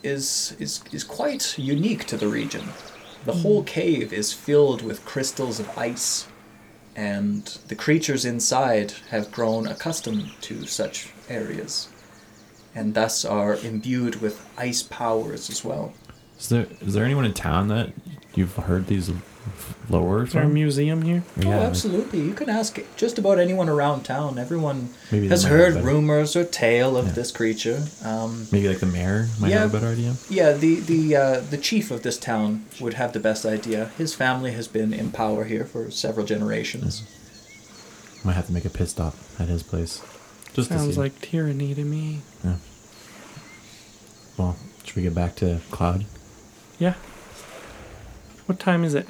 [SPEAKER 1] is is is quite unique to the region. The whole cave is filled with crystals of ice, and the creatures inside have grown accustomed to such areas, and thus are imbued with ice powers as well.
[SPEAKER 2] Is there is there anyone in town that you've heard these lore
[SPEAKER 5] Is there a
[SPEAKER 2] from?
[SPEAKER 5] museum here?
[SPEAKER 2] Yeah,
[SPEAKER 1] oh, absolutely. You can ask just about anyone around town. Everyone
[SPEAKER 2] Maybe they
[SPEAKER 1] has
[SPEAKER 2] might know
[SPEAKER 1] heard
[SPEAKER 2] better.
[SPEAKER 1] rumors or tale of this creature. Um,
[SPEAKER 2] Maybe like the mayor might
[SPEAKER 1] Yeah.
[SPEAKER 2] have a better idea.
[SPEAKER 1] yeah, the the uh, the chief of this town would have the best idea. His family has been in power here for several generations.
[SPEAKER 2] Mm-hmm. Might have to make a pit stop at his place. Just to
[SPEAKER 5] Sounds
[SPEAKER 2] see.
[SPEAKER 5] like tyranny to me.
[SPEAKER 2] Yeah. Well, should we get back to Cloud?
[SPEAKER 5] Yeah. What time is it?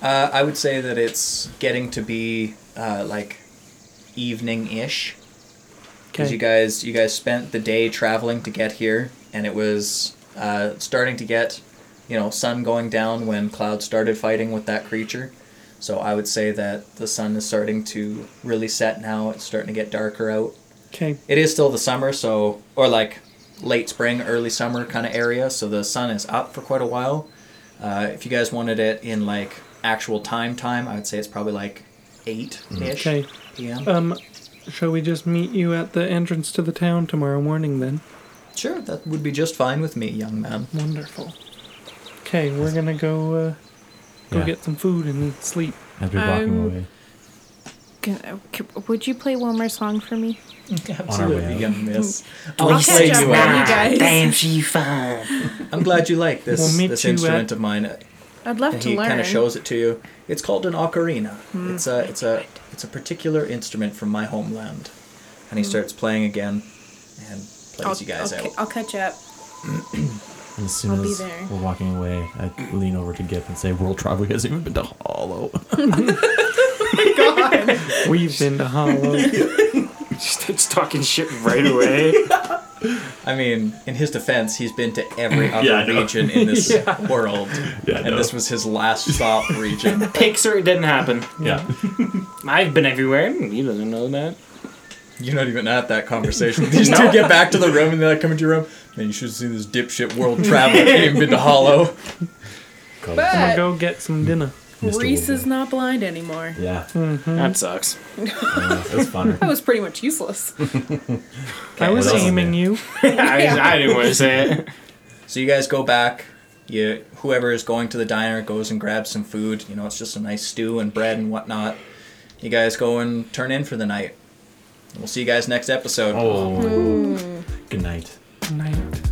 [SPEAKER 1] Uh, I would say that it's getting to be uh, like evening ish. Because
[SPEAKER 5] Okay.
[SPEAKER 1] you guys, you guys spent the day traveling to get here, and it was uh, starting to get, you know, sun going down when Cloud started fighting with that creature. So I would say that the sun is starting to really set now. It's starting to get darker out.
[SPEAKER 5] Okay.
[SPEAKER 1] It is still the summer, so or like late spring, early summer kind of area. So the sun is up for quite a while. Uh, if you guys wanted it in like actual time time, I would say it's probably like eight ish
[SPEAKER 5] Okay.
[SPEAKER 1] p.m.
[SPEAKER 5] Um, shall we just meet you at the entrance to the town tomorrow morning then?
[SPEAKER 1] Sure, that would be just fine with me, young man.
[SPEAKER 5] Wonderful. Okay, we're gonna go uh, go
[SPEAKER 2] Yeah.
[SPEAKER 5] get some food and then sleep.
[SPEAKER 2] As we're walking
[SPEAKER 3] Um,
[SPEAKER 2] away
[SPEAKER 3] Can- uh, c- Would you play one more song for me?
[SPEAKER 1] Absolutely,
[SPEAKER 2] out.
[SPEAKER 1] young miss.
[SPEAKER 3] I'll catch
[SPEAKER 1] play
[SPEAKER 3] up
[SPEAKER 1] you
[SPEAKER 3] with
[SPEAKER 1] out.
[SPEAKER 3] you guys.
[SPEAKER 4] Damn, she fine.
[SPEAKER 1] I'm glad you like this
[SPEAKER 5] We'll meet
[SPEAKER 1] this
[SPEAKER 5] you
[SPEAKER 1] instrument
[SPEAKER 5] at-
[SPEAKER 1] of mine.
[SPEAKER 3] I'd love
[SPEAKER 1] And
[SPEAKER 3] to
[SPEAKER 1] he
[SPEAKER 3] learn. Hmm.
[SPEAKER 1] kind of shows it to you. It's called an ocarina. It's a it's a it's a particular instrument from my homeland. And he starts playing again, and plays
[SPEAKER 3] Hmm. I'll,
[SPEAKER 1] you guys
[SPEAKER 3] I'll, ca-
[SPEAKER 1] out.
[SPEAKER 3] I'll catch up.
[SPEAKER 2] and as soon
[SPEAKER 3] I'll be
[SPEAKER 2] as
[SPEAKER 3] there.
[SPEAKER 2] we're walking away, I lean over to Gip and say, "World travel has even been to Hollow."
[SPEAKER 5] We've been to Hollow.
[SPEAKER 4] She starts talking shit right away.
[SPEAKER 1] I mean, in his defense, he's been to every other
[SPEAKER 6] I know.
[SPEAKER 1] region in this world,
[SPEAKER 2] Yeah, I
[SPEAKER 1] and this
[SPEAKER 2] know.
[SPEAKER 1] was his last stop region.
[SPEAKER 4] Pixar, it didn't happen.
[SPEAKER 2] yeah.
[SPEAKER 4] I've been everywhere. He doesn't know that.
[SPEAKER 1] You're not even at that conversation. These two get back to the room and they're like, come into your room. Man, you should have seen this dipshit world traveler. He ain't even been to Hollow.
[SPEAKER 5] We'll
[SPEAKER 3] But
[SPEAKER 5] go get some dinner.
[SPEAKER 2] Mr.
[SPEAKER 3] Reese
[SPEAKER 2] Wolverine.
[SPEAKER 3] is not blind anymore.
[SPEAKER 2] Yeah,
[SPEAKER 4] That sucks.
[SPEAKER 2] yeah, that's funner.
[SPEAKER 3] That was pretty much useless.
[SPEAKER 5] I was
[SPEAKER 2] what else is
[SPEAKER 5] aiming
[SPEAKER 2] there?
[SPEAKER 5] you.
[SPEAKER 4] I, I didn't want to say it.
[SPEAKER 1] So you guys go back. You, whoever is going to the diner goes and grabs some food. You know, it's just a nice stew and bread and whatnot. You guys go and turn in for the night. We'll see you guys next episode.
[SPEAKER 3] Hmm.
[SPEAKER 2] Oh. Good night.
[SPEAKER 5] Night.